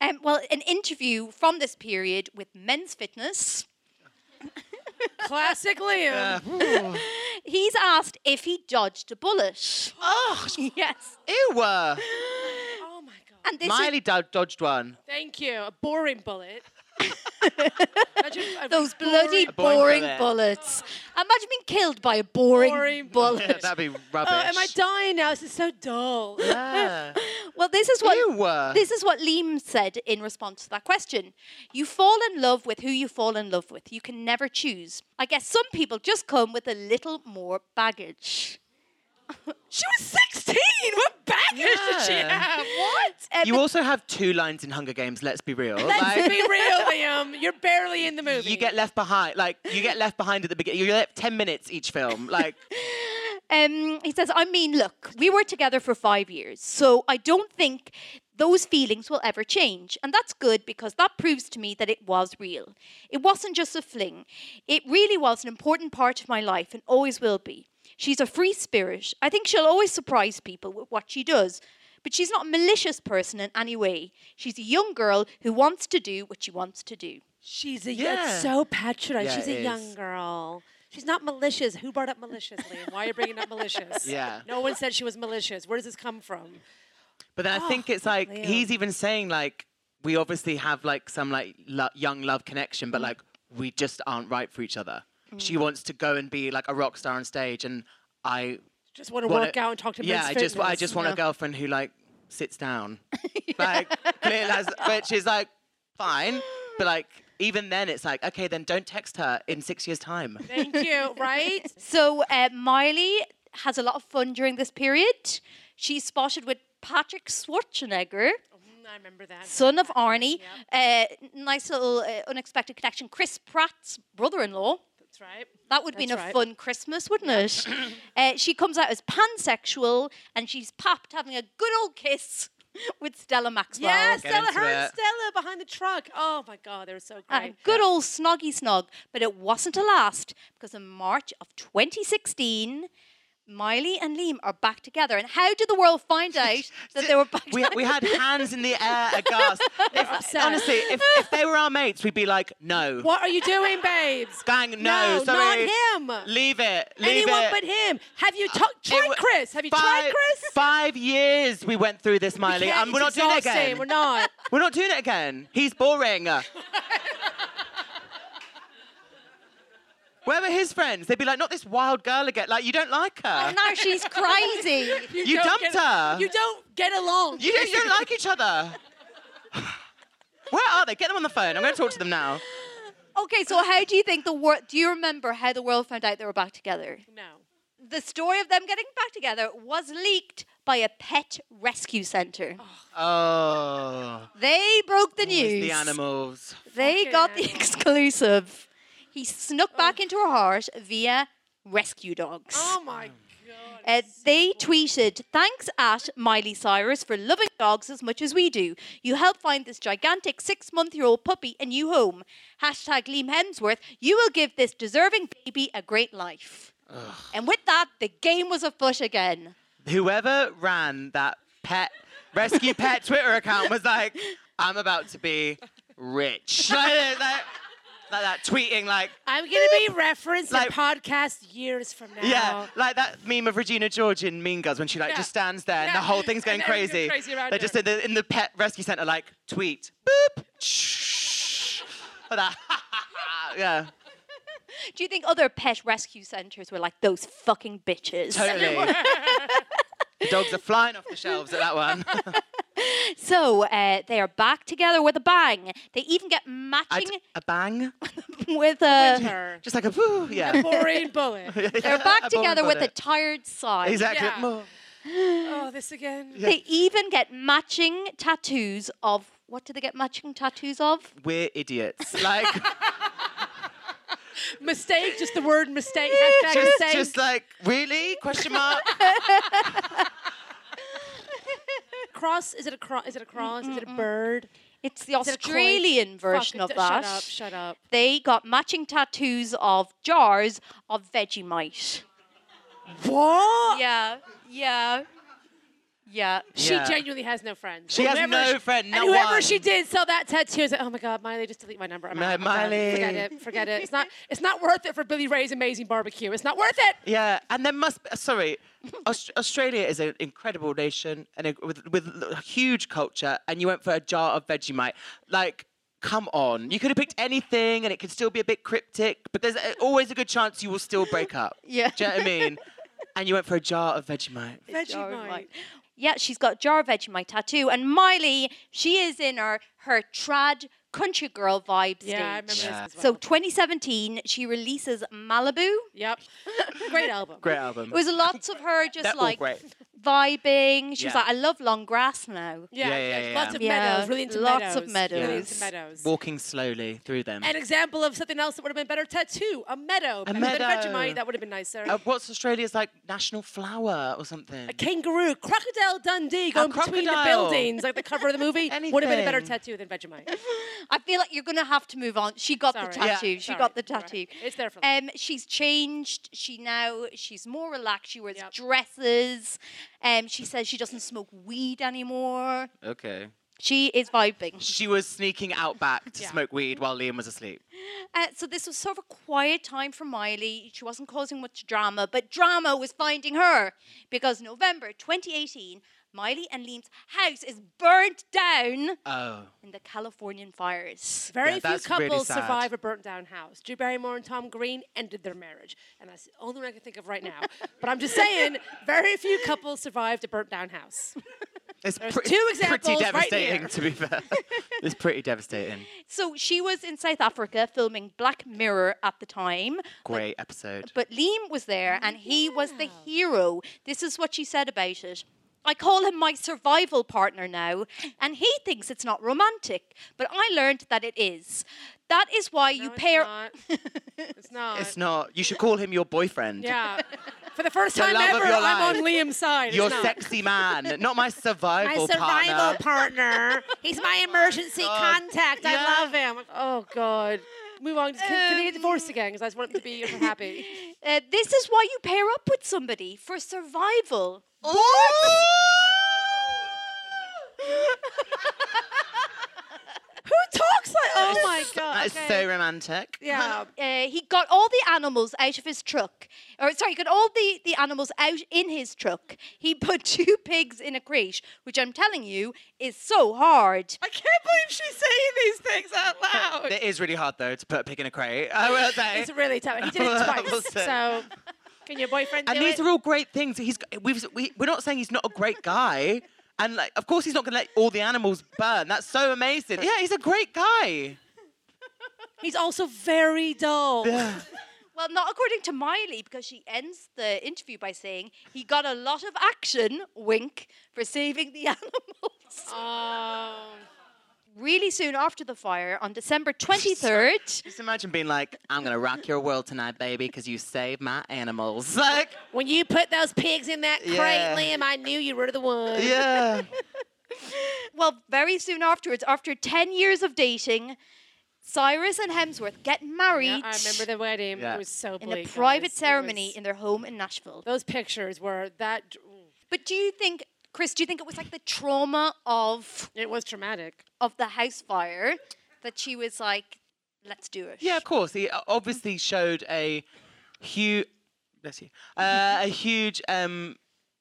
Speaker 8: um, well, an interview from this period with Men's Fitness.
Speaker 10: Classic Liam.
Speaker 4: Uh,
Speaker 10: <laughs>
Speaker 8: <laughs> He's asked if he dodged a bullet.
Speaker 4: Oh
Speaker 8: <laughs> yes.
Speaker 4: Ew. uh,
Speaker 10: Oh my god.
Speaker 8: And this is-
Speaker 4: Miley do- dodged one.
Speaker 10: Thank you. A boring
Speaker 8: <laughs>
Speaker 10: bullet. Imagine a
Speaker 8: Those bloody
Speaker 4: A
Speaker 8: boring,
Speaker 4: boring bullet.
Speaker 8: bullets. Imagine being killed by a boring,
Speaker 10: Boring
Speaker 8: bullet.
Speaker 4: That'd be
Speaker 10: Oh,
Speaker 4: rubbish.
Speaker 10: am I dying now? This is so dull.
Speaker 4: Yeah.
Speaker 8: Well, this is what
Speaker 4: Ew.
Speaker 8: this is what Liam said in response to that question. You fall in love with who you fall in love with. You can never choose. I guess some people just come with a little more baggage. <laughs>
Speaker 10: she was 16. What baggage did she
Speaker 4: Yeah.
Speaker 10: have? What?
Speaker 4: you also have two lines in Hunger Games, let's be real.
Speaker 10: Let's
Speaker 4: Like,
Speaker 10: be real, Liam. You're barely in the movie.
Speaker 4: you get left behind. Like, you get left behind at the beginning. You're left 10 minutes each film. Like,
Speaker 8: Um, he says, I mean, look, we were together for five years, so I don't think those feelings will ever change. And that's good because that proves to me that it was real. It wasn't just a fling, it really was an important part of my life and always will be. She's a free spirit. I think she'll always surprise people with what she does. But she's not a malicious person in any way. She's a young girl who wants to do what she wants to do.
Speaker 10: She's a
Speaker 8: Yeah.
Speaker 10: yeah. It's so patronized.
Speaker 8: Yeah,
Speaker 10: She's
Speaker 8: it
Speaker 10: a
Speaker 8: is.
Speaker 10: young girl. She's not malicious. Who brought up malicious, Liam? Why are you bringing up malicious?
Speaker 4: Yeah.
Speaker 10: No one said she was malicious. Where does this come from?
Speaker 4: But then I
Speaker 10: Oh,
Speaker 4: think it's like
Speaker 10: Leo.
Speaker 4: he's even saying like we obviously have like some like lo- young love connection, but like we just aren't right for each other. She
Speaker 10: Mm.
Speaker 4: wants to go and be like a rock star on stage, and I
Speaker 10: Just wanna
Speaker 4: wanna-
Speaker 10: work out and talk to
Speaker 4: Yeah,
Speaker 10: Men's
Speaker 4: I just I
Speaker 10: Fitness.
Speaker 4: just want
Speaker 10: Yeah.
Speaker 4: a girlfriend who like sits down,
Speaker 10: <laughs>
Speaker 4: like clear as, which is like fine, but like even then it's like okay, then don't text her in six years time.
Speaker 10: Thank you, right?
Speaker 8: <laughs> So uh, Miley has a lot of fun during this period. She's spotted with Patrick Schwarzenegger.
Speaker 10: I remember that.
Speaker 8: Son of Arnie, uh, nice little uh, unexpected connection. Chris Pratt's brother-in-law.
Speaker 10: That's right.
Speaker 8: That would have been a
Speaker 10: That's right. Ah,
Speaker 8: fun Christmas, wouldn't it? uh, she comes out as pansexual and she's papped having a good old kiss with Stella Maxwell.
Speaker 10: Yeah, Stella,
Speaker 8: Stella,
Speaker 10: her and Stella behind the truck. Oh my God, they were so great.
Speaker 8: good old snoggy snog. But it wasn't to last because in March of 2016, Miley and Liam are back together. And how did the world find out that they were back
Speaker 4: We,
Speaker 8: together?
Speaker 4: we had hands in the air
Speaker 10: <laughs>
Speaker 4: aghast. If,
Speaker 8: upset.
Speaker 4: honestly, if, if they were our mates, we'd be like, no.
Speaker 10: What are you doing, babes?
Speaker 4: Bang, no,
Speaker 10: No,
Speaker 4: sorry.
Speaker 10: not him.
Speaker 4: Leave it. Leave
Speaker 10: Anyone
Speaker 4: it.
Speaker 10: but him. Have you ta- tried Chris? Have you tried
Speaker 4: Five,
Speaker 10: Chris?
Speaker 4: five years we went through this, Miley,
Speaker 10: can't,
Speaker 4: and we're not
Speaker 10: it's
Speaker 4: doing it
Speaker 10: exhausting,
Speaker 4: again.
Speaker 10: we're not.
Speaker 4: <laughs> We're not doing it again. He's boring. Where were his friends? They'd be like, not this wild girl again. Like, you don't like her.
Speaker 10: <laughs>
Speaker 8: Oh, <laughs> now she's crazy.
Speaker 4: You You don't dumped get- her. you
Speaker 10: don't get along.
Speaker 4: You don't, you don't like each other. <sighs> Where are they? Get them on the phone. I'm going to talk to them now.
Speaker 8: Okay, so how do you think the world? Do you remember how the world found out they were back together?
Speaker 10: No.
Speaker 8: The story of them getting back together was leaked by a pet rescue centre.
Speaker 4: Oh.
Speaker 8: They broke the news.
Speaker 4: It's the animals.
Speaker 8: They got the exclusive. He snuck back into her heart via rescue dogs.
Speaker 10: Oh my
Speaker 8: Uh, they tweeted, Thanks at Miley Cyrus for loving dogs as much as we do. You helped find this gigantic six month year old puppy a new home. Hashtag Liam Hemsworth, you will give this deserving baby a great life. And with that, the game was afoot again.
Speaker 4: Whoever ran that pet rescue pet Twitter account was like, I'm about to be rich. <laughs> Like, that- like- like that, tweeting like,
Speaker 10: I'm gonna be referenced
Speaker 4: Like-
Speaker 10: in podcast years from now.
Speaker 4: yeah, like that meme of Regina George in Mean Girls when she like
Speaker 10: Yeah.
Speaker 4: just stands there and the
Speaker 10: Yeah.
Speaker 4: whole thing's going
Speaker 10: And everyone's
Speaker 4: crazy.
Speaker 10: going crazy around
Speaker 4: They're
Speaker 10: her.
Speaker 4: just in the, in the pet rescue center like tweet boop. Or that, yeah.
Speaker 8: Do you think other pet rescue centres were like those fucking bitches? <laughs>
Speaker 4: Totally. The dogs are flying off the shelves at that one.
Speaker 8: <laughs> So uh, they are back together with a bang. They even get
Speaker 4: I'd-
Speaker 8: matching
Speaker 4: a bang.
Speaker 8: <laughs> with a.
Speaker 4: Just like a woo, yeah.
Speaker 10: A boring
Speaker 4: <laughs>
Speaker 10: bullet.
Speaker 8: They're back
Speaker 4: A boring
Speaker 8: together with a
Speaker 4: bullet.
Speaker 8: tired sigh.
Speaker 4: Exactly. More.
Speaker 10: Oh, this again.
Speaker 8: They even get matching tattoos of. What do they get matching tattoos of?
Speaker 4: We're
Speaker 10: <laughs>
Speaker 4: idiots. Like
Speaker 10: Mistake, just the word mistake. Hashtag
Speaker 4: just,
Speaker 10: mistake.
Speaker 4: just like really? Question mark.
Speaker 10: cross. Is it a cross? Is it a cross? Is it a bird?
Speaker 8: It's the
Speaker 10: Is it a koi?
Speaker 8: Australian
Speaker 10: Fuck,
Speaker 8: version of
Speaker 10: d-
Speaker 8: that.
Speaker 10: Shut up! Shut up!
Speaker 8: They got matching tattoos of jars of Vegemite.
Speaker 10: What?
Speaker 8: Yeah, yeah, yeah.
Speaker 10: <laughs> She
Speaker 4: Yeah.
Speaker 10: genuinely has no friends.
Speaker 4: She has
Speaker 10: Whoever
Speaker 4: no
Speaker 10: she-
Speaker 4: friend,
Speaker 10: And
Speaker 4: not
Speaker 10: whoever
Speaker 4: one.
Speaker 10: she did saw that tattoo, is like, oh my god, Miley, just delete my number. I'm
Speaker 4: Ma-
Speaker 10: out. I'm done. forget
Speaker 4: Miley.
Speaker 10: it. Forget it. It's not. It's not worth it for Billy Ray's amazing barbecue. It's not worth it.
Speaker 4: Yeah, and there must. Be, uh, sorry, Aus- Australia is an incredible nation and a, with with a huge culture. And you went for a jar of Vegemite. Like, come on, you could have picked anything, and it could still be a bit cryptic. But there's uh, always a good chance you will still break up.
Speaker 8: Yeah.
Speaker 4: Do you know what I mean? And you went for a jar of Vegemite.
Speaker 8: Vegemite. Yeah, she's got Jar of Vegemite tattoo. And Miley, she is in her her trad country girl vibe stage.
Speaker 10: Yeah, I remember this Yeah. as
Speaker 8: So 2017, she releases Malibu.
Speaker 10: Yep. <laughs> Great album.
Speaker 4: Great album.
Speaker 8: It was lots
Speaker 4: <laughs>
Speaker 8: of her
Speaker 4: They're
Speaker 8: just
Speaker 4: all
Speaker 8: like
Speaker 4: great.
Speaker 8: vibing. She was
Speaker 4: Yeah.
Speaker 8: like, I love long grass now.
Speaker 10: Yeah,
Speaker 4: Yeah, yeah, yeah,
Speaker 10: Lots
Speaker 4: yeah.
Speaker 10: of
Speaker 8: Yeah,
Speaker 10: meadows. Really into
Speaker 8: lots
Speaker 10: meadows.
Speaker 8: of meadows.
Speaker 10: Really into meadows.
Speaker 4: Walking slowly through them.
Speaker 10: An example of something else that would have been better tattoo. A meadow.
Speaker 4: A
Speaker 10: Instead of
Speaker 4: meadow.
Speaker 10: Vegemite, that would have been nicer.
Speaker 4: Uh, what's Australia's like national flower or something?
Speaker 10: a kangaroo, crocodile Dundee
Speaker 4: A
Speaker 10: going between the
Speaker 4: crocodile.
Speaker 10: buildings, like the cover of the
Speaker 4: <laughs>
Speaker 10: movie, would have been a better
Speaker 4: Anything.
Speaker 10: tattoo than Vegemite.
Speaker 8: I feel like you're going to have to move on. She got the
Speaker 10: Sorry. Yeah.
Speaker 8: tattoo. She
Speaker 10: Sorry.
Speaker 8: got the
Speaker 10: You're right.
Speaker 8: tattoo.
Speaker 10: It's there for
Speaker 8: Um, she's changed. She now she's more relaxed. She wears dresses. Um, she says she doesn't smoke weed anymore.
Speaker 4: Okay.
Speaker 8: She is vibing.
Speaker 4: She was sneaking out back to smoke weed while Liam was asleep.
Speaker 8: Uh, so this was sort of a quiet time for Miley. She wasn't causing much drama, but drama was finding her because November 2018, Miley and Liam's house is burnt down
Speaker 4: Oh.
Speaker 8: in the Californian fires.
Speaker 10: Very few couples survive a burnt down house. Drew Barrymore and Tom Green ended their marriage. And that's the only one I can think of right now. but I'm just saying, very few couples survived a burnt down house.
Speaker 4: <laughs> It's
Speaker 10: There's
Speaker 4: pre-
Speaker 10: two
Speaker 4: it's
Speaker 10: examples
Speaker 4: pretty
Speaker 10: right
Speaker 4: devastating,
Speaker 10: here.
Speaker 4: to be fair. it's pretty devastating.
Speaker 8: So she was in South Africa filming Black Mirror at the time.
Speaker 4: Great
Speaker 10: <laughs>
Speaker 4: episode.
Speaker 8: But Liam was there and he was the hero. This is what she said about it. I call him my survival partner now, and he thinks it's not romantic, but I learned that it is. That is why you pair.
Speaker 10: it's not.
Speaker 4: It's not. You should call him your boyfriend.
Speaker 10: Yeah. For the first
Speaker 4: The
Speaker 10: time
Speaker 4: love of
Speaker 10: ever,
Speaker 4: your
Speaker 10: I'm on
Speaker 4: life.
Speaker 10: Liam's side. It's
Speaker 4: Your
Speaker 10: not.
Speaker 4: sexy man, not my survival
Speaker 10: My survival
Speaker 4: partner.
Speaker 10: partner. He's my emergency contact. I love him. Oh God. Move on. Just, can, can they get divorced again? Because I just want them to be happy.
Speaker 8: Uh, this is why you pair up with somebody for survival. <laughs>
Speaker 10: Who talks like?
Speaker 8: Oh my god!
Speaker 4: That is so romantic.
Speaker 10: <laughs>
Speaker 8: Yeah. Uh, he got all the animals out of his truck. Or sorry, he got all the, the animals out in his truck. He put <laughs> two pigs in a crate, which I'm telling you is so hard.
Speaker 10: I can't believe she's saying these things <laughs> out loud.
Speaker 4: It is really hard though to put a pig in a crate. <laughs> I will say.
Speaker 10: It's really tough. <laughs> He did
Speaker 4: I
Speaker 10: it
Speaker 4: will
Speaker 10: twice.
Speaker 4: say.
Speaker 10: so, can your boyfriend
Speaker 4: and
Speaker 10: do
Speaker 4: these
Speaker 10: it?
Speaker 4: are all great things. He's g- we've we, we're not saying he's not a
Speaker 10: <laughs>
Speaker 4: great guy, and like of course he's not gonna let all the animals burn. That's so amazing. Yeah, he's a great guy.
Speaker 10: He's also very dull.
Speaker 8: <laughs> Well, not according to Miley, because she ends the interview by saying he got a lot of action, wink, for saving the <laughs> animals.
Speaker 10: Oh.
Speaker 8: Really soon after the fire, on December 23rd,
Speaker 4: Just imagine being like, I'm gonna rock your world tonight, baby, because you saved my animals. Like,
Speaker 10: when you put those pigs in that crate,
Speaker 4: Um, Yeah.
Speaker 10: Liam, I knew you were the one.
Speaker 4: yeah.
Speaker 8: well, very soon afterwards, after 10 years of dating, Cyrus and Hemsworth get married.
Speaker 10: I remember the wedding.
Speaker 8: Yeah.
Speaker 10: It was so
Speaker 8: In a
Speaker 10: bleak.
Speaker 8: private
Speaker 10: guys. It
Speaker 8: ceremony
Speaker 10: was-
Speaker 8: in their home in Nashville.
Speaker 10: Those pictures were that.
Speaker 8: But do you think, Chris? Do you think it was like the trauma of?
Speaker 10: It was traumatic.
Speaker 8: Of the house fire, that she was like, "Let's do it."
Speaker 4: Yeah, of course. He o- obviously showed a huge, bless you, uh, a huge, um,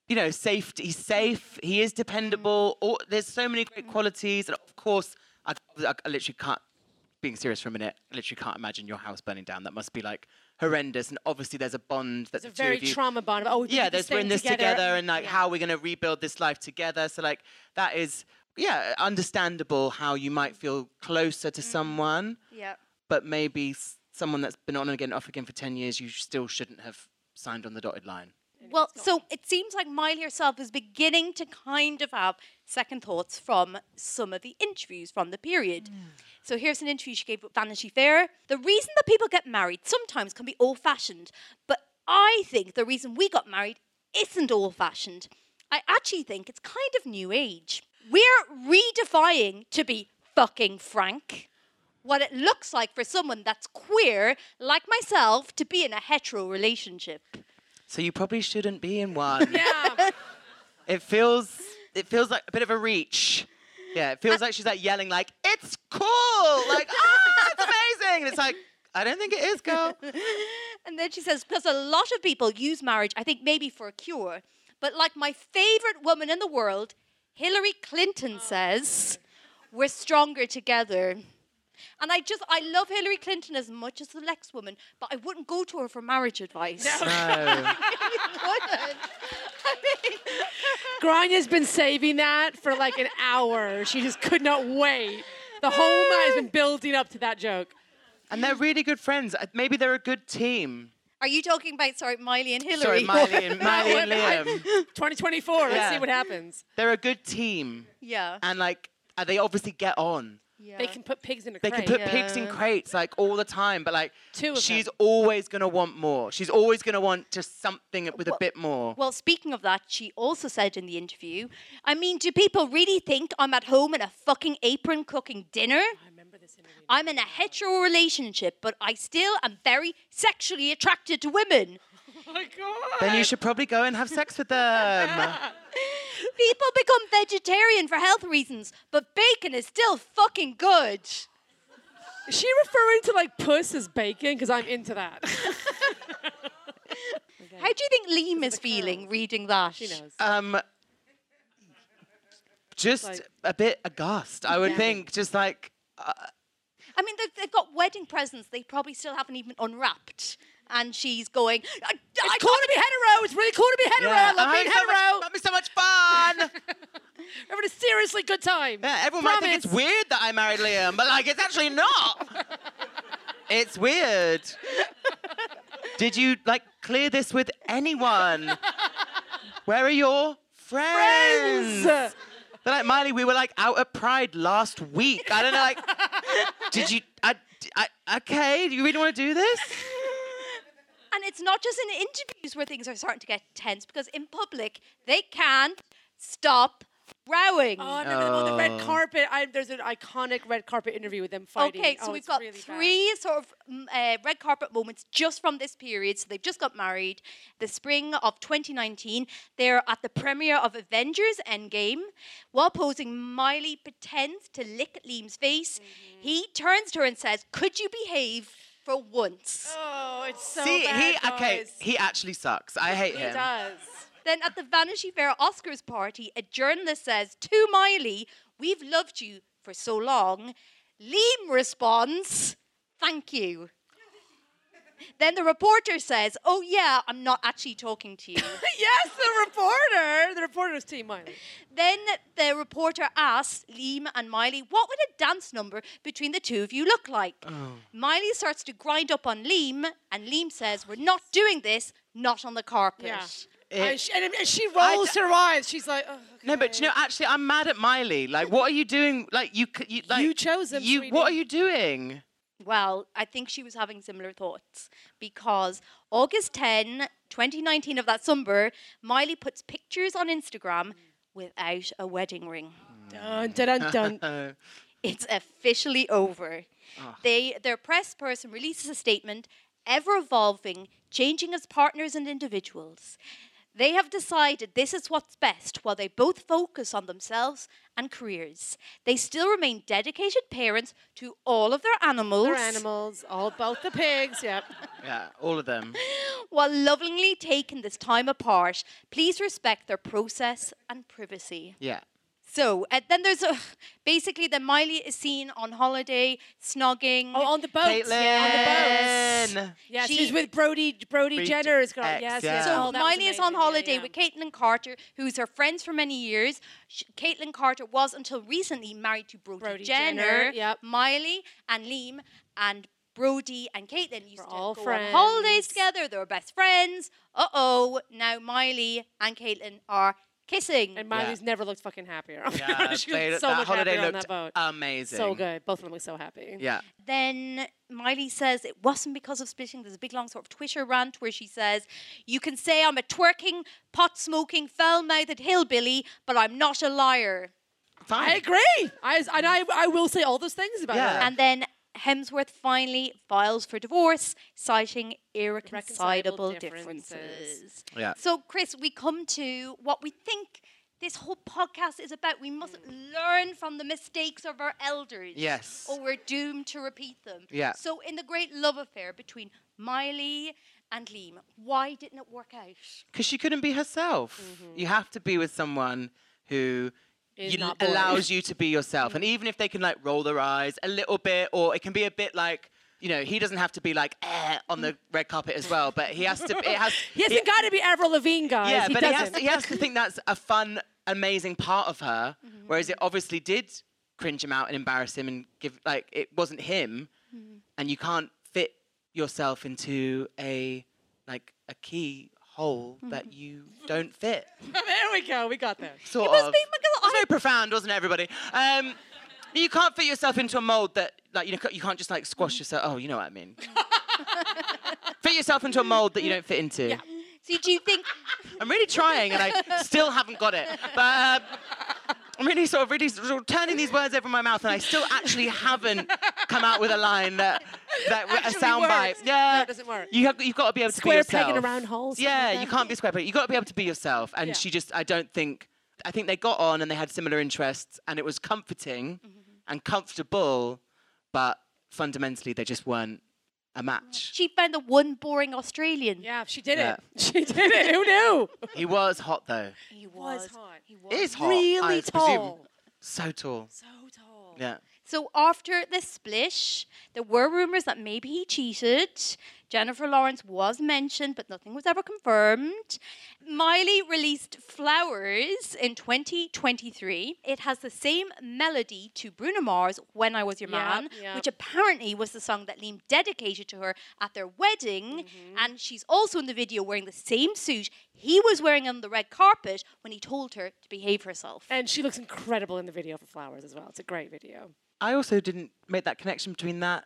Speaker 4: you know, safety. He's safe. He is dependable.
Speaker 10: Mm.
Speaker 4: All, there's so many great qualities, and of course, I, I, I literally
Speaker 10: <laughs>
Speaker 4: can't. Being serious for a minute, I literally can't imagine your house burning down. That must be like horrendous. And obviously, there's a bond that
Speaker 10: It's a
Speaker 4: the two
Speaker 10: very
Speaker 4: of you-
Speaker 10: trauma bond. of, Oh, we
Speaker 4: yeah,
Speaker 10: did
Speaker 4: there's we're in
Speaker 10: thing
Speaker 4: this together, and like how we're gonna rebuild this life together. So like that is yeah understandable how you might feel closer
Speaker 10: Mm.
Speaker 4: to someone
Speaker 8: Yeah.
Speaker 4: but maybe s- someone that's been on and again, off again for 10 years, you sh- still shouldn't have signed on the dotted line.
Speaker 8: Well, so it seems like Miley herself is beginning to kind of have second thoughts from some of the interviews from the period. So here's an interview she gave with Vanity Fair. The reason that people get married sometimes can be old fashioned, but I think the reason we got married isn't old fashioned. I actually think it's kind of new age. We're redefying, to be fucking frank, what it looks like for someone that's queer, like myself, to be in a hetero relationship.
Speaker 4: So you probably shouldn't be in
Speaker 8: <laughs>
Speaker 4: one. yeah. It feels it feels like a bit of a reach. Yeah, it feels like she's like yelling like it's cool, like <laughs> ah, it's amazing, and it's like I don't think it is, girl.
Speaker 8: and then she says, because a lot of people use marriage, I think maybe for a cure, but like my favorite woman in the world, Hillary Clinton says, we're stronger together. And I just, I love Hillary Clinton as much as the next woman, but I wouldn't go to her for marriage advice.
Speaker 10: No. No.
Speaker 8: <laughs> I wouldn't.
Speaker 10: Granya's been saving that for like an hour. She just could not wait. The whole night has been building up to that joke.
Speaker 4: And they're really good friends. Uh, Maybe they're a good team.
Speaker 8: Are you talking about, sorry, Miley and
Speaker 4: Sorry,
Speaker 8: Hillary?
Speaker 4: Miley
Speaker 10: <laughs>
Speaker 4: and Miley and
Speaker 10: I'm-
Speaker 4: Liam.
Speaker 10: 2024. Let's
Speaker 4: Yeah.
Speaker 10: see what happens.
Speaker 4: They're a good team,
Speaker 8: Yeah.
Speaker 4: and like uh, they obviously get on.
Speaker 10: They can put pigs in a
Speaker 4: They
Speaker 10: crate.
Speaker 4: can put pigs in crates like all the time, but like
Speaker 10: Two of
Speaker 4: she's
Speaker 10: them.
Speaker 4: always gonna want more. She's always gonna want just something with a bit more.
Speaker 8: Well, speaking of that, she also said in the interview, I mean, do people really think I'm at home in a fucking apron cooking dinner? I remember this interview. I'm in a hetero relationship, but I still am very sexually attracted <laughs> to women.
Speaker 10: Oh my god.
Speaker 8: <laughs>
Speaker 4: then you should probably go and have sex with them.
Speaker 8: People become vegetarian for health reasons, but bacon is still fucking good.
Speaker 10: Is she referring to like puss as bacon? Because I'm into that.
Speaker 8: How do you think Liam is feeling reading that? She knows.
Speaker 4: Um, just a bit aghast, I would
Speaker 8: Yeah.
Speaker 4: think. Just like, uh,
Speaker 8: I mean, they've, they've got wedding presents they probably still haven't even unwrapped. And she's going, I, it's cool to be hetero. It's really cool to be
Speaker 10: hetero. I love being hetero.
Speaker 4: having so much fun.
Speaker 10: We're having a seriously good time.
Speaker 4: Yeah, everyone might think it's weird that I married Liam, but like, it's actually
Speaker 10: <laughs>
Speaker 4: not. it's weird. Did you like clear this with anyone? Where are your friends? They're like, Miley, we were like out at Pride last week. I don't know, like, did you, I, I, okay, do you really want to do this?
Speaker 8: And it's not just in interviews where things are starting to get tense because in public they can't stop rowing.
Speaker 10: Oh, no, no, no, the red
Speaker 8: Oh.
Speaker 10: carpet. I, there's an iconic red carpet interview with them fighting.
Speaker 8: Okay,
Speaker 10: Oh,
Speaker 8: so we've
Speaker 10: it's
Speaker 8: got
Speaker 10: really bad.
Speaker 8: three sort of mm, uh, red carpet moments just from this period. So they've just got married, the spring of 2019. They're at the premiere of Avengers Endgame. While posing, Miley pretends to lick Liam's face.
Speaker 10: Mm-hmm.
Speaker 8: He turns to her and says, "Could you behave for once?"
Speaker 10: Oh, it's so
Speaker 4: See,
Speaker 10: bad,
Speaker 4: he, okay,
Speaker 10: guys.
Speaker 4: he actually sucks. I hate him.
Speaker 8: Then at the Vanity Fair Oscars party, a journalist says to Miley, We've loved you for so long. Liam responds, Thank you. Then the reporter says, Oh, yeah, I'm not actually talking to you.
Speaker 10: <laughs> yes, the reporter. The reporter was Team Miley.
Speaker 8: then the reporter asks Liam and Miley, What would a dance number between the two of you look like? Miley starts to grind up on Liam, and Liam says, We're not doing this, not on the carpet.
Speaker 10: Yeah.
Speaker 4: It-
Speaker 10: and, she, and, and she rolls her eyes. She's like, oh,
Speaker 4: No, but do you know, actually, I'm mad at Miley. Like, what are you doing? Like, you, c- you, like, you chose him. You, what are you doing?
Speaker 8: Well, I think she was having similar thoughts because August 10, 2019 of that summer, Miley puts pictures on Instagram without a wedding ring.
Speaker 10: dun, dun, dun, dun.
Speaker 8: It's officially over. They their press person releases a statement, ever evolving, changing as partners and individuals. They have decided this is what's best while they both focus on themselves and careers. They still remain dedicated parents to all of their animals.
Speaker 10: They're animals, all both the pigs, yep.
Speaker 4: <laughs> yeah, all of them.
Speaker 8: <laughs> While lovingly taking this time apart, please respect their process and privacy.
Speaker 4: Yeah.
Speaker 8: So uh, then there's a, basically then Miley is seen on holiday snogging. Oh, on the boat.
Speaker 10: Yeah,
Speaker 8: On the boat.
Speaker 10: Yeah, she's with Brody. Brody
Speaker 8: Brody
Speaker 10: Jenner is got
Speaker 8: X,
Speaker 10: yes,
Speaker 8: yeah.
Speaker 10: yes.
Speaker 8: So
Speaker 10: Oh, that was
Speaker 8: Miley is on
Speaker 10: amazing, yeah,
Speaker 8: holiday
Speaker 10: yeah.
Speaker 8: with Caitlin Carter, who's her friends for many years. Sh Caitlin Carter was until recently married to Brody,
Speaker 10: Brody
Speaker 8: Jenner.
Speaker 10: Jenner, yep.
Speaker 8: Miley and Liam and Brody and Caitlin used to
Speaker 10: all
Speaker 8: go
Speaker 10: friends.
Speaker 8: on holidays together. They were best friends. Uh oh, now Miley and Caitlin are kissing.
Speaker 10: And Miley's never looked fucking
Speaker 4: <laughs>
Speaker 10: happier. <laughs> Oh
Speaker 4: <laughs> Yeah,
Speaker 10: she
Speaker 4: they-
Speaker 10: was so
Speaker 4: that
Speaker 10: much
Speaker 4: holiday
Speaker 10: happier on
Speaker 4: looked
Speaker 10: that boat.
Speaker 4: amazing.
Speaker 10: So good. Both of them look so happy.
Speaker 4: Yeah.
Speaker 8: Then Miley says it wasn't because of splitting. There's a big long sort of Twitter rant where she says, You can say I'm a twerking, pot smoking, foul mouthed hillbilly, but I'm not a liar.
Speaker 10: I agree. I and I, I will say all those things about her.
Speaker 8: And then Hemsworth finally files for divorce, citing irreconcilable
Speaker 10: Irreconcilable
Speaker 8: differences.
Speaker 10: differences.
Speaker 4: Yeah.
Speaker 8: So, Chris, we come to what we think this whole podcast is about. We must
Speaker 10: Mm.
Speaker 8: learn from the mistakes of our elders.
Speaker 4: Yes.
Speaker 8: Or we're doomed to repeat them.
Speaker 4: Yeah.
Speaker 8: So, in the great love affair between Miley and Liam, why didn't it work out?
Speaker 4: Because she couldn't be herself. You have to be with someone who
Speaker 8: Is
Speaker 4: you-
Speaker 8: not boring.
Speaker 4: allows you to be yourself. and even if they can like roll their eyes a little bit, or it can be a bit like, you know, he doesn't have to be like eh, on the red carpet as well, but he has to. It has.
Speaker 10: He hasn't got to be Avril Lavigne, guys.
Speaker 4: Yeah,
Speaker 10: he
Speaker 4: but he
Speaker 10: doesn't.
Speaker 4: has, to, he has to think that's a fun, amazing part of her. Whereas it obviously did cringe him out and embarrass him and give like it wasn't him, and you can't fit yourself into a like a key hole that you don't fit.
Speaker 10: there we go. We got there.
Speaker 4: Sort of. it was very profound, wasn't it, everybody? Um, you can't fit yourself into a mold that like you know you can't just like squash yourself. Oh, you know what I
Speaker 8: <laughs>
Speaker 4: mean. fit yourself into a mold that you don't fit into.
Speaker 8: So, do you think
Speaker 4: <laughs> I'm really trying, and I still haven't got it. But uh, I'm really sort of really sort of turning these words over my mouth, and I still actually haven't come out with a line that that a
Speaker 10: Actually
Speaker 4: sound bite.
Speaker 10: works.
Speaker 4: Yeah,
Speaker 10: No, it doesn't work.
Speaker 4: You have, you've got to be able to
Speaker 10: Square
Speaker 4: be yourself.
Speaker 10: peg in a round hole, something
Speaker 4: Yeah,
Speaker 10: like
Speaker 4: you
Speaker 10: that.
Speaker 4: can't be square peg. You've got to be able to be yourself, and
Speaker 10: Yeah.
Speaker 4: she just I don't think I think they got on and they had similar interests, and it was
Speaker 10: Mm-hmm,
Speaker 4: comforting and comfortable, but fundamentally they just weren't a match.
Speaker 8: She found the one boring Australian.
Speaker 10: Yeah, she did
Speaker 4: Yeah.
Speaker 10: it. She did it. Who knew?
Speaker 4: He was hot though.
Speaker 8: He was. He was.
Speaker 4: Is hot. I
Speaker 8: Really
Speaker 4: presume.
Speaker 8: tall.
Speaker 4: So tall. So tall. Yeah.
Speaker 8: So after the splish, there were rumors that maybe he cheated. Jennifer Lawrence was mentioned, but nothing was ever confirmed. Miley released Flowers in 2023. It has the same melody to Bruno Mars' When I Was Your
Speaker 15: Yeah,
Speaker 8: Man,
Speaker 15: yeah.
Speaker 8: which apparently was the song that Liam dedicated to her at their wedding.
Speaker 15: Mm-hmm.
Speaker 8: And she's also in the video wearing the same suit he was wearing on the red carpet when he told her to behave herself.
Speaker 10: <laughs> And she looks incredible in the video for Flowers as well. It's a great video.
Speaker 4: I also didn't make that connection between that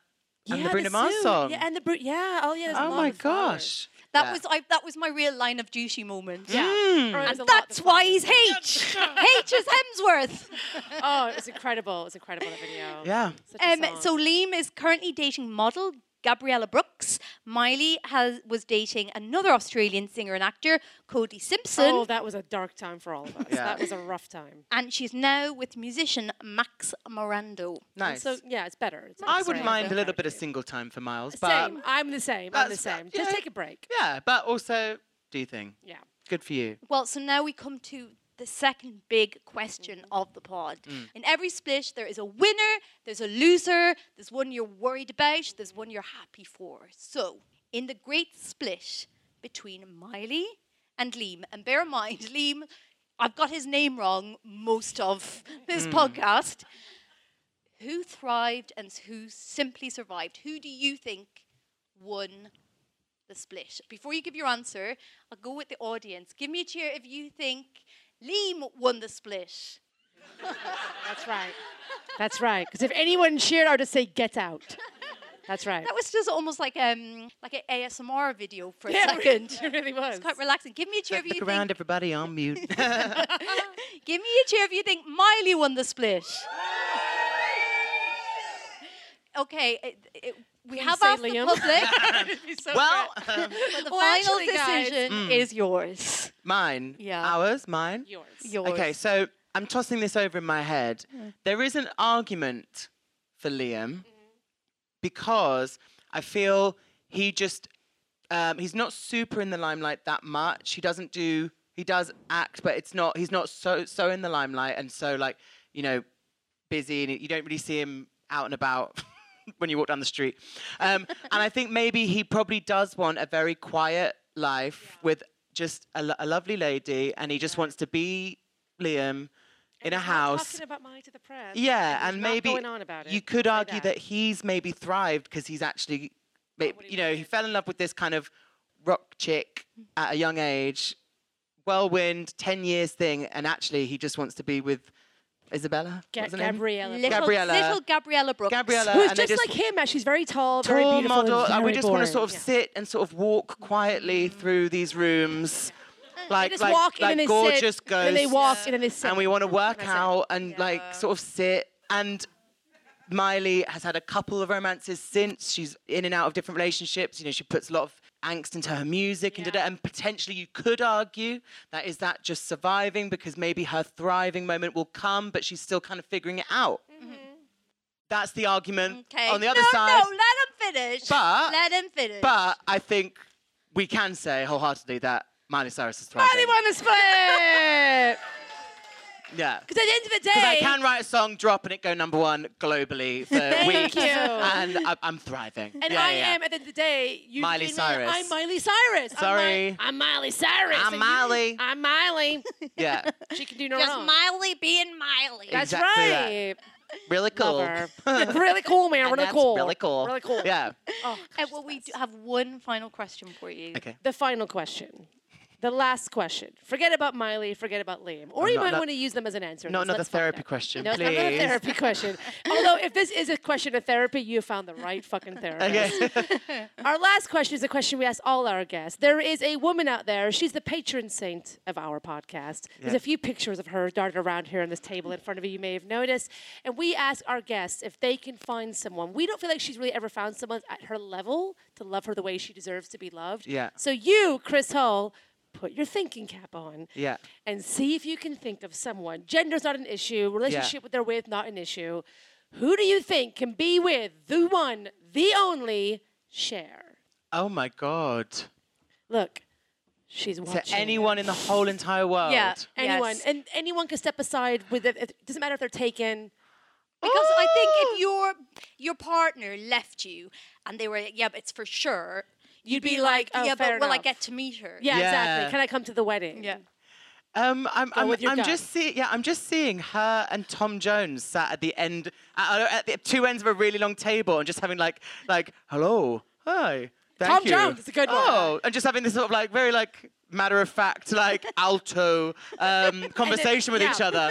Speaker 4: and
Speaker 10: Yeah,
Speaker 4: the Bruno Mars
Speaker 10: suit.
Speaker 4: song.
Speaker 10: Yeah, and the Bru- yeah. Oh yeah. there's a
Speaker 4: oh
Speaker 10: lot
Speaker 4: my
Speaker 10: of Flowers.
Speaker 4: gosh.
Speaker 8: That
Speaker 4: Yeah.
Speaker 8: was I, that was my real line of duty moment.
Speaker 10: Yeah. Mm. Or it was
Speaker 8: And
Speaker 10: a lot
Speaker 8: that's why he's H. <laughs> H is Hemsworth.
Speaker 10: oh, it's incredible. It's incredible that video. Oh,
Speaker 4: Yeah.
Speaker 8: Um, so Liam is currently dating model Gabriella Brooks. Miley has was dating another Australian singer and actor, Cody Simpson.
Speaker 10: Oh, that was a dark time for all of us.
Speaker 8: Yeah.
Speaker 10: That was a rough time.
Speaker 8: and she's now with musician Max Morando.
Speaker 10: And
Speaker 4: <laughs> Nice.
Speaker 10: so yeah, it's better. It's
Speaker 4: I
Speaker 10: it's
Speaker 4: wouldn't
Speaker 10: better.
Speaker 4: mind a little bit of single time for Miles, but
Speaker 10: Same. I'm the same. I'm the
Speaker 4: That's-
Speaker 10: same.
Speaker 4: yeah.
Speaker 10: Just take a break.
Speaker 4: yeah, but also do you think?
Speaker 10: Yeah. <laughs>
Speaker 4: Good for you.
Speaker 8: Well, so now we come to the second big question of the pod.
Speaker 4: Mm.
Speaker 8: In every split, there is a winner, there's a loser, there's one you're worried about, there's one you're happy for. So, in the great split between Miley and Liam, and bear in mind, Liam, I've got his name wrong most of this
Speaker 15: Mm.
Speaker 8: podcast. Who thrived and who simply survived? Who do you think won the split. Before you give your answer, I'll go with the audience. Give me a cheer if you think Liam won the split.
Speaker 10: <laughs> That's right. That's right. Because if anyone cheered, I'd just say get out. That's right.
Speaker 8: That was just almost like um like an ASMR video for
Speaker 10: Yeah,
Speaker 8: a second.
Speaker 10: it really was.
Speaker 8: It's quite relaxing. Give me a cheer if
Speaker 4: Look
Speaker 8: you
Speaker 4: around,
Speaker 8: think.
Speaker 4: everybody on
Speaker 8: <laughs>
Speaker 4: mute. <laughs>
Speaker 8: Give me a cheer if you think Miley won the split. Okay, it, it, we
Speaker 10: Please
Speaker 8: have
Speaker 10: say
Speaker 8: asked
Speaker 4: <laughs>
Speaker 10: Liam.
Speaker 8: the public.
Speaker 10: It'd be so
Speaker 8: <laughs>
Speaker 4: Well,
Speaker 10: great.
Speaker 8: but <laughs> the
Speaker 10: Well,
Speaker 8: final
Speaker 10: actually, guys-
Speaker 8: decision
Speaker 4: Mm.
Speaker 8: is yours.
Speaker 4: Mine.
Speaker 8: Yeah.
Speaker 4: Ours. Mine.
Speaker 10: Yours.
Speaker 8: Yours.
Speaker 4: Okay, so I'm tossing this over in my head.
Speaker 8: Mm.
Speaker 4: There is an argument for Liam because I feel he just um, he's not super in the limelight that much. He doesn't do he does act, but it's not he's not so so in the limelight and so like you know busy and you don't really see him out and about <laughs> when you walk down the street. Um, and I think maybe he probably does want a very quiet life with just a, lo- a lovely lady, and he just wants to be Liam in a house.
Speaker 10: Talking about Miley to the press.
Speaker 4: Yeah, and
Speaker 10: not
Speaker 4: maybe
Speaker 10: going on about
Speaker 4: you
Speaker 10: it.
Speaker 4: could
Speaker 10: Say
Speaker 4: argue
Speaker 10: that.
Speaker 4: that. he's maybe thrived because he's actually, ma- you know, he fell in love with this kind of rock chick
Speaker 10: Mm.
Speaker 4: at a young age, whirlwind, 10 years thing, and actually he just wants to be with Isabella.
Speaker 10: Ga-
Speaker 4: What's her name?
Speaker 10: Gabriella
Speaker 8: Little,
Speaker 4: Gabriella.
Speaker 8: little Gabriella Brooks.
Speaker 4: Gabriella,
Speaker 10: Who's
Speaker 4: and they
Speaker 10: just,
Speaker 4: just-
Speaker 10: like him. uh, She's very tall, very
Speaker 4: Tall
Speaker 10: beautiful. and
Speaker 4: model, and we
Speaker 10: very
Speaker 4: just want to sort
Speaker 10: boring.
Speaker 4: of sit and sort of walk quietly through these rooms. Like,
Speaker 10: just
Speaker 4: like,
Speaker 10: walk in
Speaker 4: like
Speaker 10: and they sit,
Speaker 4: gorgeous
Speaker 10: and
Speaker 4: ghosts.
Speaker 10: then they walk, and then they sit.
Speaker 4: we want to work out and like sort of sit. And Miley has had a couple of romances since. She's in and out of different relationships. You know, she puts a lot of angst into her music and da da. And potentially, you could argue that is that just surviving because maybe her thriving moment will come, but she's still kind of figuring it out. That's the argument.
Speaker 8: Okay.
Speaker 4: On the other
Speaker 8: no,
Speaker 4: side,
Speaker 8: no, let him finish.
Speaker 4: But-
Speaker 8: let him finish.
Speaker 4: but I think we can say wholeheartedly that Miley Cyrus is thriving.
Speaker 10: Miley won the split.
Speaker 4: <laughs> Yeah.
Speaker 10: Because at the end of the day,
Speaker 4: Because I can write a song, drop, and it go number one globally for
Speaker 10: <laughs>
Speaker 4: weeks,
Speaker 10: Thank you.
Speaker 4: and I, I'm thriving.
Speaker 10: And
Speaker 4: yeah,
Speaker 10: I
Speaker 4: yeah.
Speaker 10: am at the end of the day. You,
Speaker 4: Miley
Speaker 10: you know,
Speaker 4: Cyrus.
Speaker 10: I'm Miley Cyrus. I'm Mi-
Speaker 4: Sorry.
Speaker 10: I'm, Miley Cyrus.
Speaker 4: I'm
Speaker 10: and you-
Speaker 4: Miley.
Speaker 10: I'm Miley.
Speaker 4: <laughs> Yeah,
Speaker 10: She can do no
Speaker 8: Just
Speaker 10: wrong.
Speaker 8: Miley being Miley.
Speaker 10: That's
Speaker 4: Exactly that.
Speaker 10: right.
Speaker 4: really cool.
Speaker 10: her.
Speaker 4: <laughs>
Speaker 10: really cool, man.
Speaker 4: And
Speaker 10: really
Speaker 4: that's
Speaker 10: cool.
Speaker 4: Really cool.
Speaker 10: Really cool.
Speaker 4: Yeah.
Speaker 8: Oh, well, we do have one final question for you.
Speaker 4: Okay.
Speaker 10: The final question. The last question. Forget about Miley. Forget about Liam. Or
Speaker 4: Oh,
Speaker 10: you
Speaker 4: not-
Speaker 10: might
Speaker 4: not-
Speaker 10: want to use them as an answer.
Speaker 4: Not
Speaker 10: Let's-
Speaker 4: another
Speaker 10: let's find
Speaker 4: therapy
Speaker 10: out.
Speaker 4: question,
Speaker 10: No, it's
Speaker 4: please.
Speaker 10: not another
Speaker 4: <laughs>
Speaker 10: therapy question. Although, if this is a question of therapy, you have found the right fucking therapist.
Speaker 4: <laughs>
Speaker 10: our last question is a question we ask all our guests. There is a woman out there. She's the patron saint of our podcast. There's
Speaker 4: Yeah.
Speaker 10: a few pictures of her darted around here on this table in front of you. You may have noticed. And we ask our guests if they can find someone. We don't feel like she's really ever found someone at her level to love her the way she deserves to be loved.
Speaker 4: Yeah.
Speaker 10: So you, Chris Hull, put your thinking cap on
Speaker 4: Yeah.
Speaker 10: and see if you can think of someone. Gender's not an issue, relationship with they're with, not an issue. Who do you think can be with the one, the only Cher?
Speaker 4: Oh my god.
Speaker 10: Look, she's
Speaker 4: To
Speaker 10: watching.
Speaker 4: anyone in the whole entire world.
Speaker 10: Yeah, anyone.
Speaker 4: Yes.
Speaker 10: And anyone can step aside with it. It doesn't matter if they're taken.
Speaker 8: Because I think if your your partner left you and they were like, yeah, but it's for sure, you'd, be, like,
Speaker 10: "Oh,
Speaker 8: yeah, but
Speaker 10: fair
Speaker 8: will I
Speaker 10: enough."
Speaker 8: get to meet her?
Speaker 10: Yeah,
Speaker 4: Yeah.
Speaker 10: exactly. Can I come to the wedding? Yeah.
Speaker 4: Um, I'm,
Speaker 10: Go
Speaker 4: I'm,
Speaker 10: with your
Speaker 4: I'm
Speaker 10: gut.
Speaker 4: just seeing, yeah, I'm just seeing her and Tom Jones sat at the end, at, at the two ends of a really long table, and just having like, like, hello, hi, thank
Speaker 10: Tom
Speaker 4: you.
Speaker 10: Jones is a good one.
Speaker 4: Oh, and just having this sort of like very like matter of fact,
Speaker 10: <laughs>
Speaker 4: like alto um, conversation with
Speaker 10: yeah.
Speaker 4: each
Speaker 10: <laughs>
Speaker 4: other,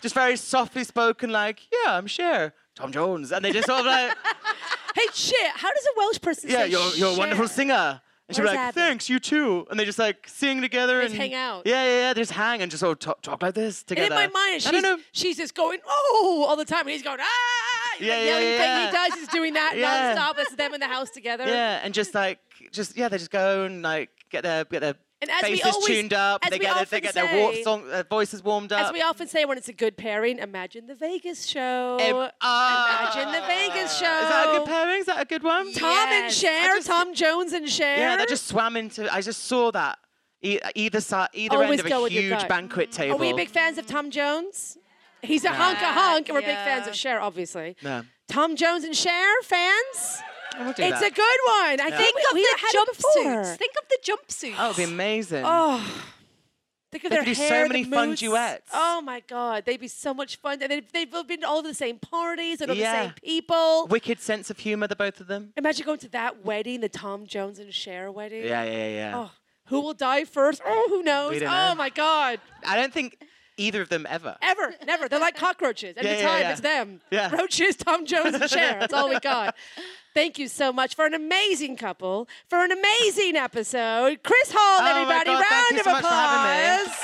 Speaker 4: just very softly spoken, like, yeah, I'm sure. Tom Jones, and they just sort of like,
Speaker 10: <laughs> Hey, shit, how does a Welsh person
Speaker 4: yeah,
Speaker 10: say
Speaker 4: you're, you're a wonderful
Speaker 10: shit?
Speaker 4: singer. And she'd be
Speaker 10: What
Speaker 4: like,
Speaker 10: does that mean?
Speaker 4: thanks, you too. And they just like sing together
Speaker 10: They
Speaker 4: and
Speaker 10: just hang out.
Speaker 4: Yeah, yeah, yeah. They just hang and just sort of talk, talk like this together.
Speaker 10: And in my mind,
Speaker 4: I don't know.
Speaker 10: she's, she's just going, oh, all the time. And he's going, ah,
Speaker 4: Yeah, yeah,
Speaker 10: yelling
Speaker 4: yeah,
Speaker 10: thing
Speaker 4: yeah.
Speaker 10: he does. He's doing that
Speaker 4: <laughs> Yeah.
Speaker 10: nonstop. That's them in the house together.
Speaker 4: Yeah, and <laughs> just like, just yeah, they just go and like get their get their
Speaker 10: And as we
Speaker 4: faces
Speaker 10: always-
Speaker 4: tuned up.
Speaker 10: as
Speaker 4: They
Speaker 10: we
Speaker 4: get their, they
Speaker 10: often
Speaker 4: get their warp
Speaker 10: say-
Speaker 4: song, their voices warmed up.
Speaker 10: As we often say when it's a good pairing, imagine the Vegas show.
Speaker 4: Em-
Speaker 10: imagine the Vegas show.
Speaker 4: Is that a good pairing? Is that a good one?
Speaker 10: Tom and Cher, Tom Jones and Cher.
Speaker 4: yeah, that just swam into. I just saw that e- either side, either
Speaker 10: Always
Speaker 4: end of
Speaker 10: go
Speaker 4: a
Speaker 10: with your
Speaker 4: huge
Speaker 10: gut.
Speaker 4: banquet table.
Speaker 10: Are we big fans of Tom Jones? He's a
Speaker 4: No.
Speaker 10: hunk, a hunk, and we're big
Speaker 8: Yeah.
Speaker 10: fans of Cher, obviously.
Speaker 4: no.
Speaker 10: Tom Jones and Cher fans.
Speaker 4: do
Speaker 10: it's
Speaker 4: that.
Speaker 10: a good one. I
Speaker 4: Yeah.
Speaker 10: think
Speaker 4: Think of
Speaker 10: we
Speaker 8: the
Speaker 10: had it before.
Speaker 8: jumpsuits. Think of the jumpsuits.
Speaker 4: That would be amazing.
Speaker 10: Oh, think of
Speaker 4: They
Speaker 10: their
Speaker 4: could do so
Speaker 10: hair, the
Speaker 4: many fun
Speaker 10: moods.
Speaker 4: duets.
Speaker 10: Oh my god, they'd be so much fun. And they've, they've been to all of the same parties and all
Speaker 4: Yeah.
Speaker 10: the same people.
Speaker 4: Wicked sense of humor, the both of them.
Speaker 10: Imagine going to that wedding, the Tom Jones and Cher wedding.
Speaker 4: Yeah, yeah, yeah, yeah.
Speaker 10: Oh, who will die first? Oh, who knows?
Speaker 4: don't
Speaker 10: Oh
Speaker 4: know.
Speaker 10: my god.
Speaker 4: I don't think either of them ever.
Speaker 10: Ever, never. They're like cockroaches. Every
Speaker 4: Yeah, yeah,
Speaker 10: time
Speaker 4: yeah.
Speaker 10: it's them.
Speaker 4: Yeah.
Speaker 10: Roaches, Tom Jones, and Cher.
Speaker 4: <laughs>
Speaker 10: That's all we got. Thank you so much for an amazing couple, for an amazing episode. Chris Hall,
Speaker 4: Oh my
Speaker 10: everybody,
Speaker 4: God,
Speaker 10: round
Speaker 4: thank you
Speaker 10: of
Speaker 4: so much for having
Speaker 10: applause.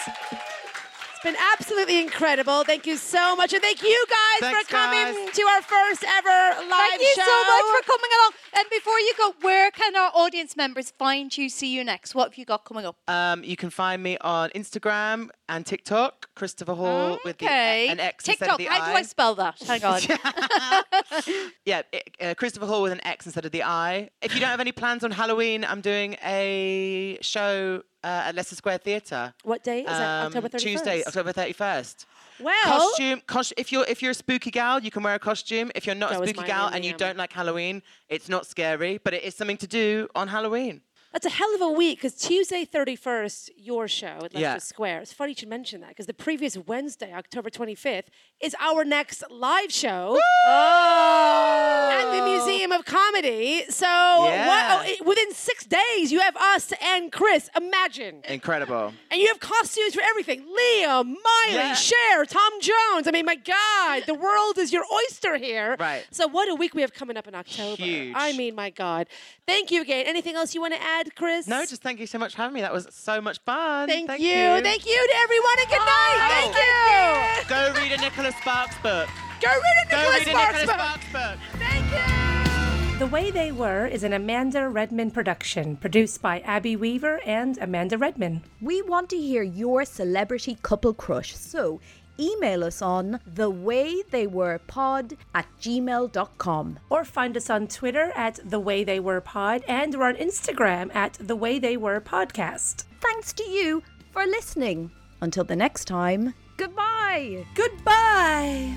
Speaker 10: It's been absolutely incredible. Thank you so much. And thank you guys
Speaker 4: Thanks,
Speaker 10: for coming
Speaker 4: guys.
Speaker 10: to our first ever live
Speaker 16: Thank you
Speaker 10: show.
Speaker 16: so much for coming along. And before you go, where can our audience members find you, see you next? What have you got coming up?
Speaker 4: Um, you can find me on Instagram and TikTok, Christopher Hall with the
Speaker 16: Okay.
Speaker 4: an X instead of
Speaker 16: TikTok.
Speaker 4: the
Speaker 16: How do I spell that? Hang
Speaker 4: <laughs>
Speaker 16: on.
Speaker 4: yeah, it- uh, Christopher Hall with an X instead of the I. If you don't have any plans on Halloween, I'm doing a show uh, at Leicester Square Theatre.
Speaker 10: What day is that?
Speaker 4: Um,
Speaker 10: October 31st?
Speaker 4: Tuesday, October 31st.
Speaker 10: Well,
Speaker 4: costume. Cos- if you're if you're a spooky gal, you can wear a costume. If you're not
Speaker 10: That
Speaker 4: a
Speaker 10: was
Speaker 4: spooky
Speaker 10: mine
Speaker 4: gal
Speaker 10: in
Speaker 4: and
Speaker 10: the,
Speaker 4: you
Speaker 10: um,
Speaker 4: don't like Halloween, it's not scary, but it is something to do on Halloween.
Speaker 10: That's a hell of a week because Tuesday, 31st, your show at Leicester
Speaker 4: Yeah.
Speaker 10: Square. It's funny you should mention that because the previous Wednesday, October 25th, is our next live show at the Museum of Comedy. So
Speaker 4: Yeah.
Speaker 10: what, oh, i- within six days, you have us and Chris. Imagine.
Speaker 4: Incredible.
Speaker 10: And you have costumes for everything Liam, Miley,
Speaker 4: Yeah.
Speaker 10: Cher, Tom Jones. I mean, my God, the world is your oyster here.
Speaker 4: Right.
Speaker 10: So, what a week we have coming up in October.
Speaker 4: Huge.
Speaker 10: I mean, my God. Thank you again. Anything else you want to add, Chris?
Speaker 4: No, just thank you so much for having me. That was so much fun.
Speaker 10: Thank,
Speaker 4: thank
Speaker 10: you. Thank you to everyone and good night. Thank you.
Speaker 4: Go read a Nicholas Sparks book.
Speaker 10: Go read a
Speaker 4: Go
Speaker 10: Nicholas
Speaker 4: read a
Speaker 10: Sparks
Speaker 4: Nicholas
Speaker 10: book.
Speaker 4: Sparks book.
Speaker 7: The Way They Were is an Amanda Redman production, produced by Abby Weaver and Amanda Redman.
Speaker 17: We want to hear your celebrity couple crush, so email us on the way they were pod at gmail.com.
Speaker 7: Or find us on Twitter at The Way They Were Pod and we're on Instagram at The Way They Were Podcast.
Speaker 17: Thanks to you for listening. Until the next time, goodbye.
Speaker 7: Goodbye.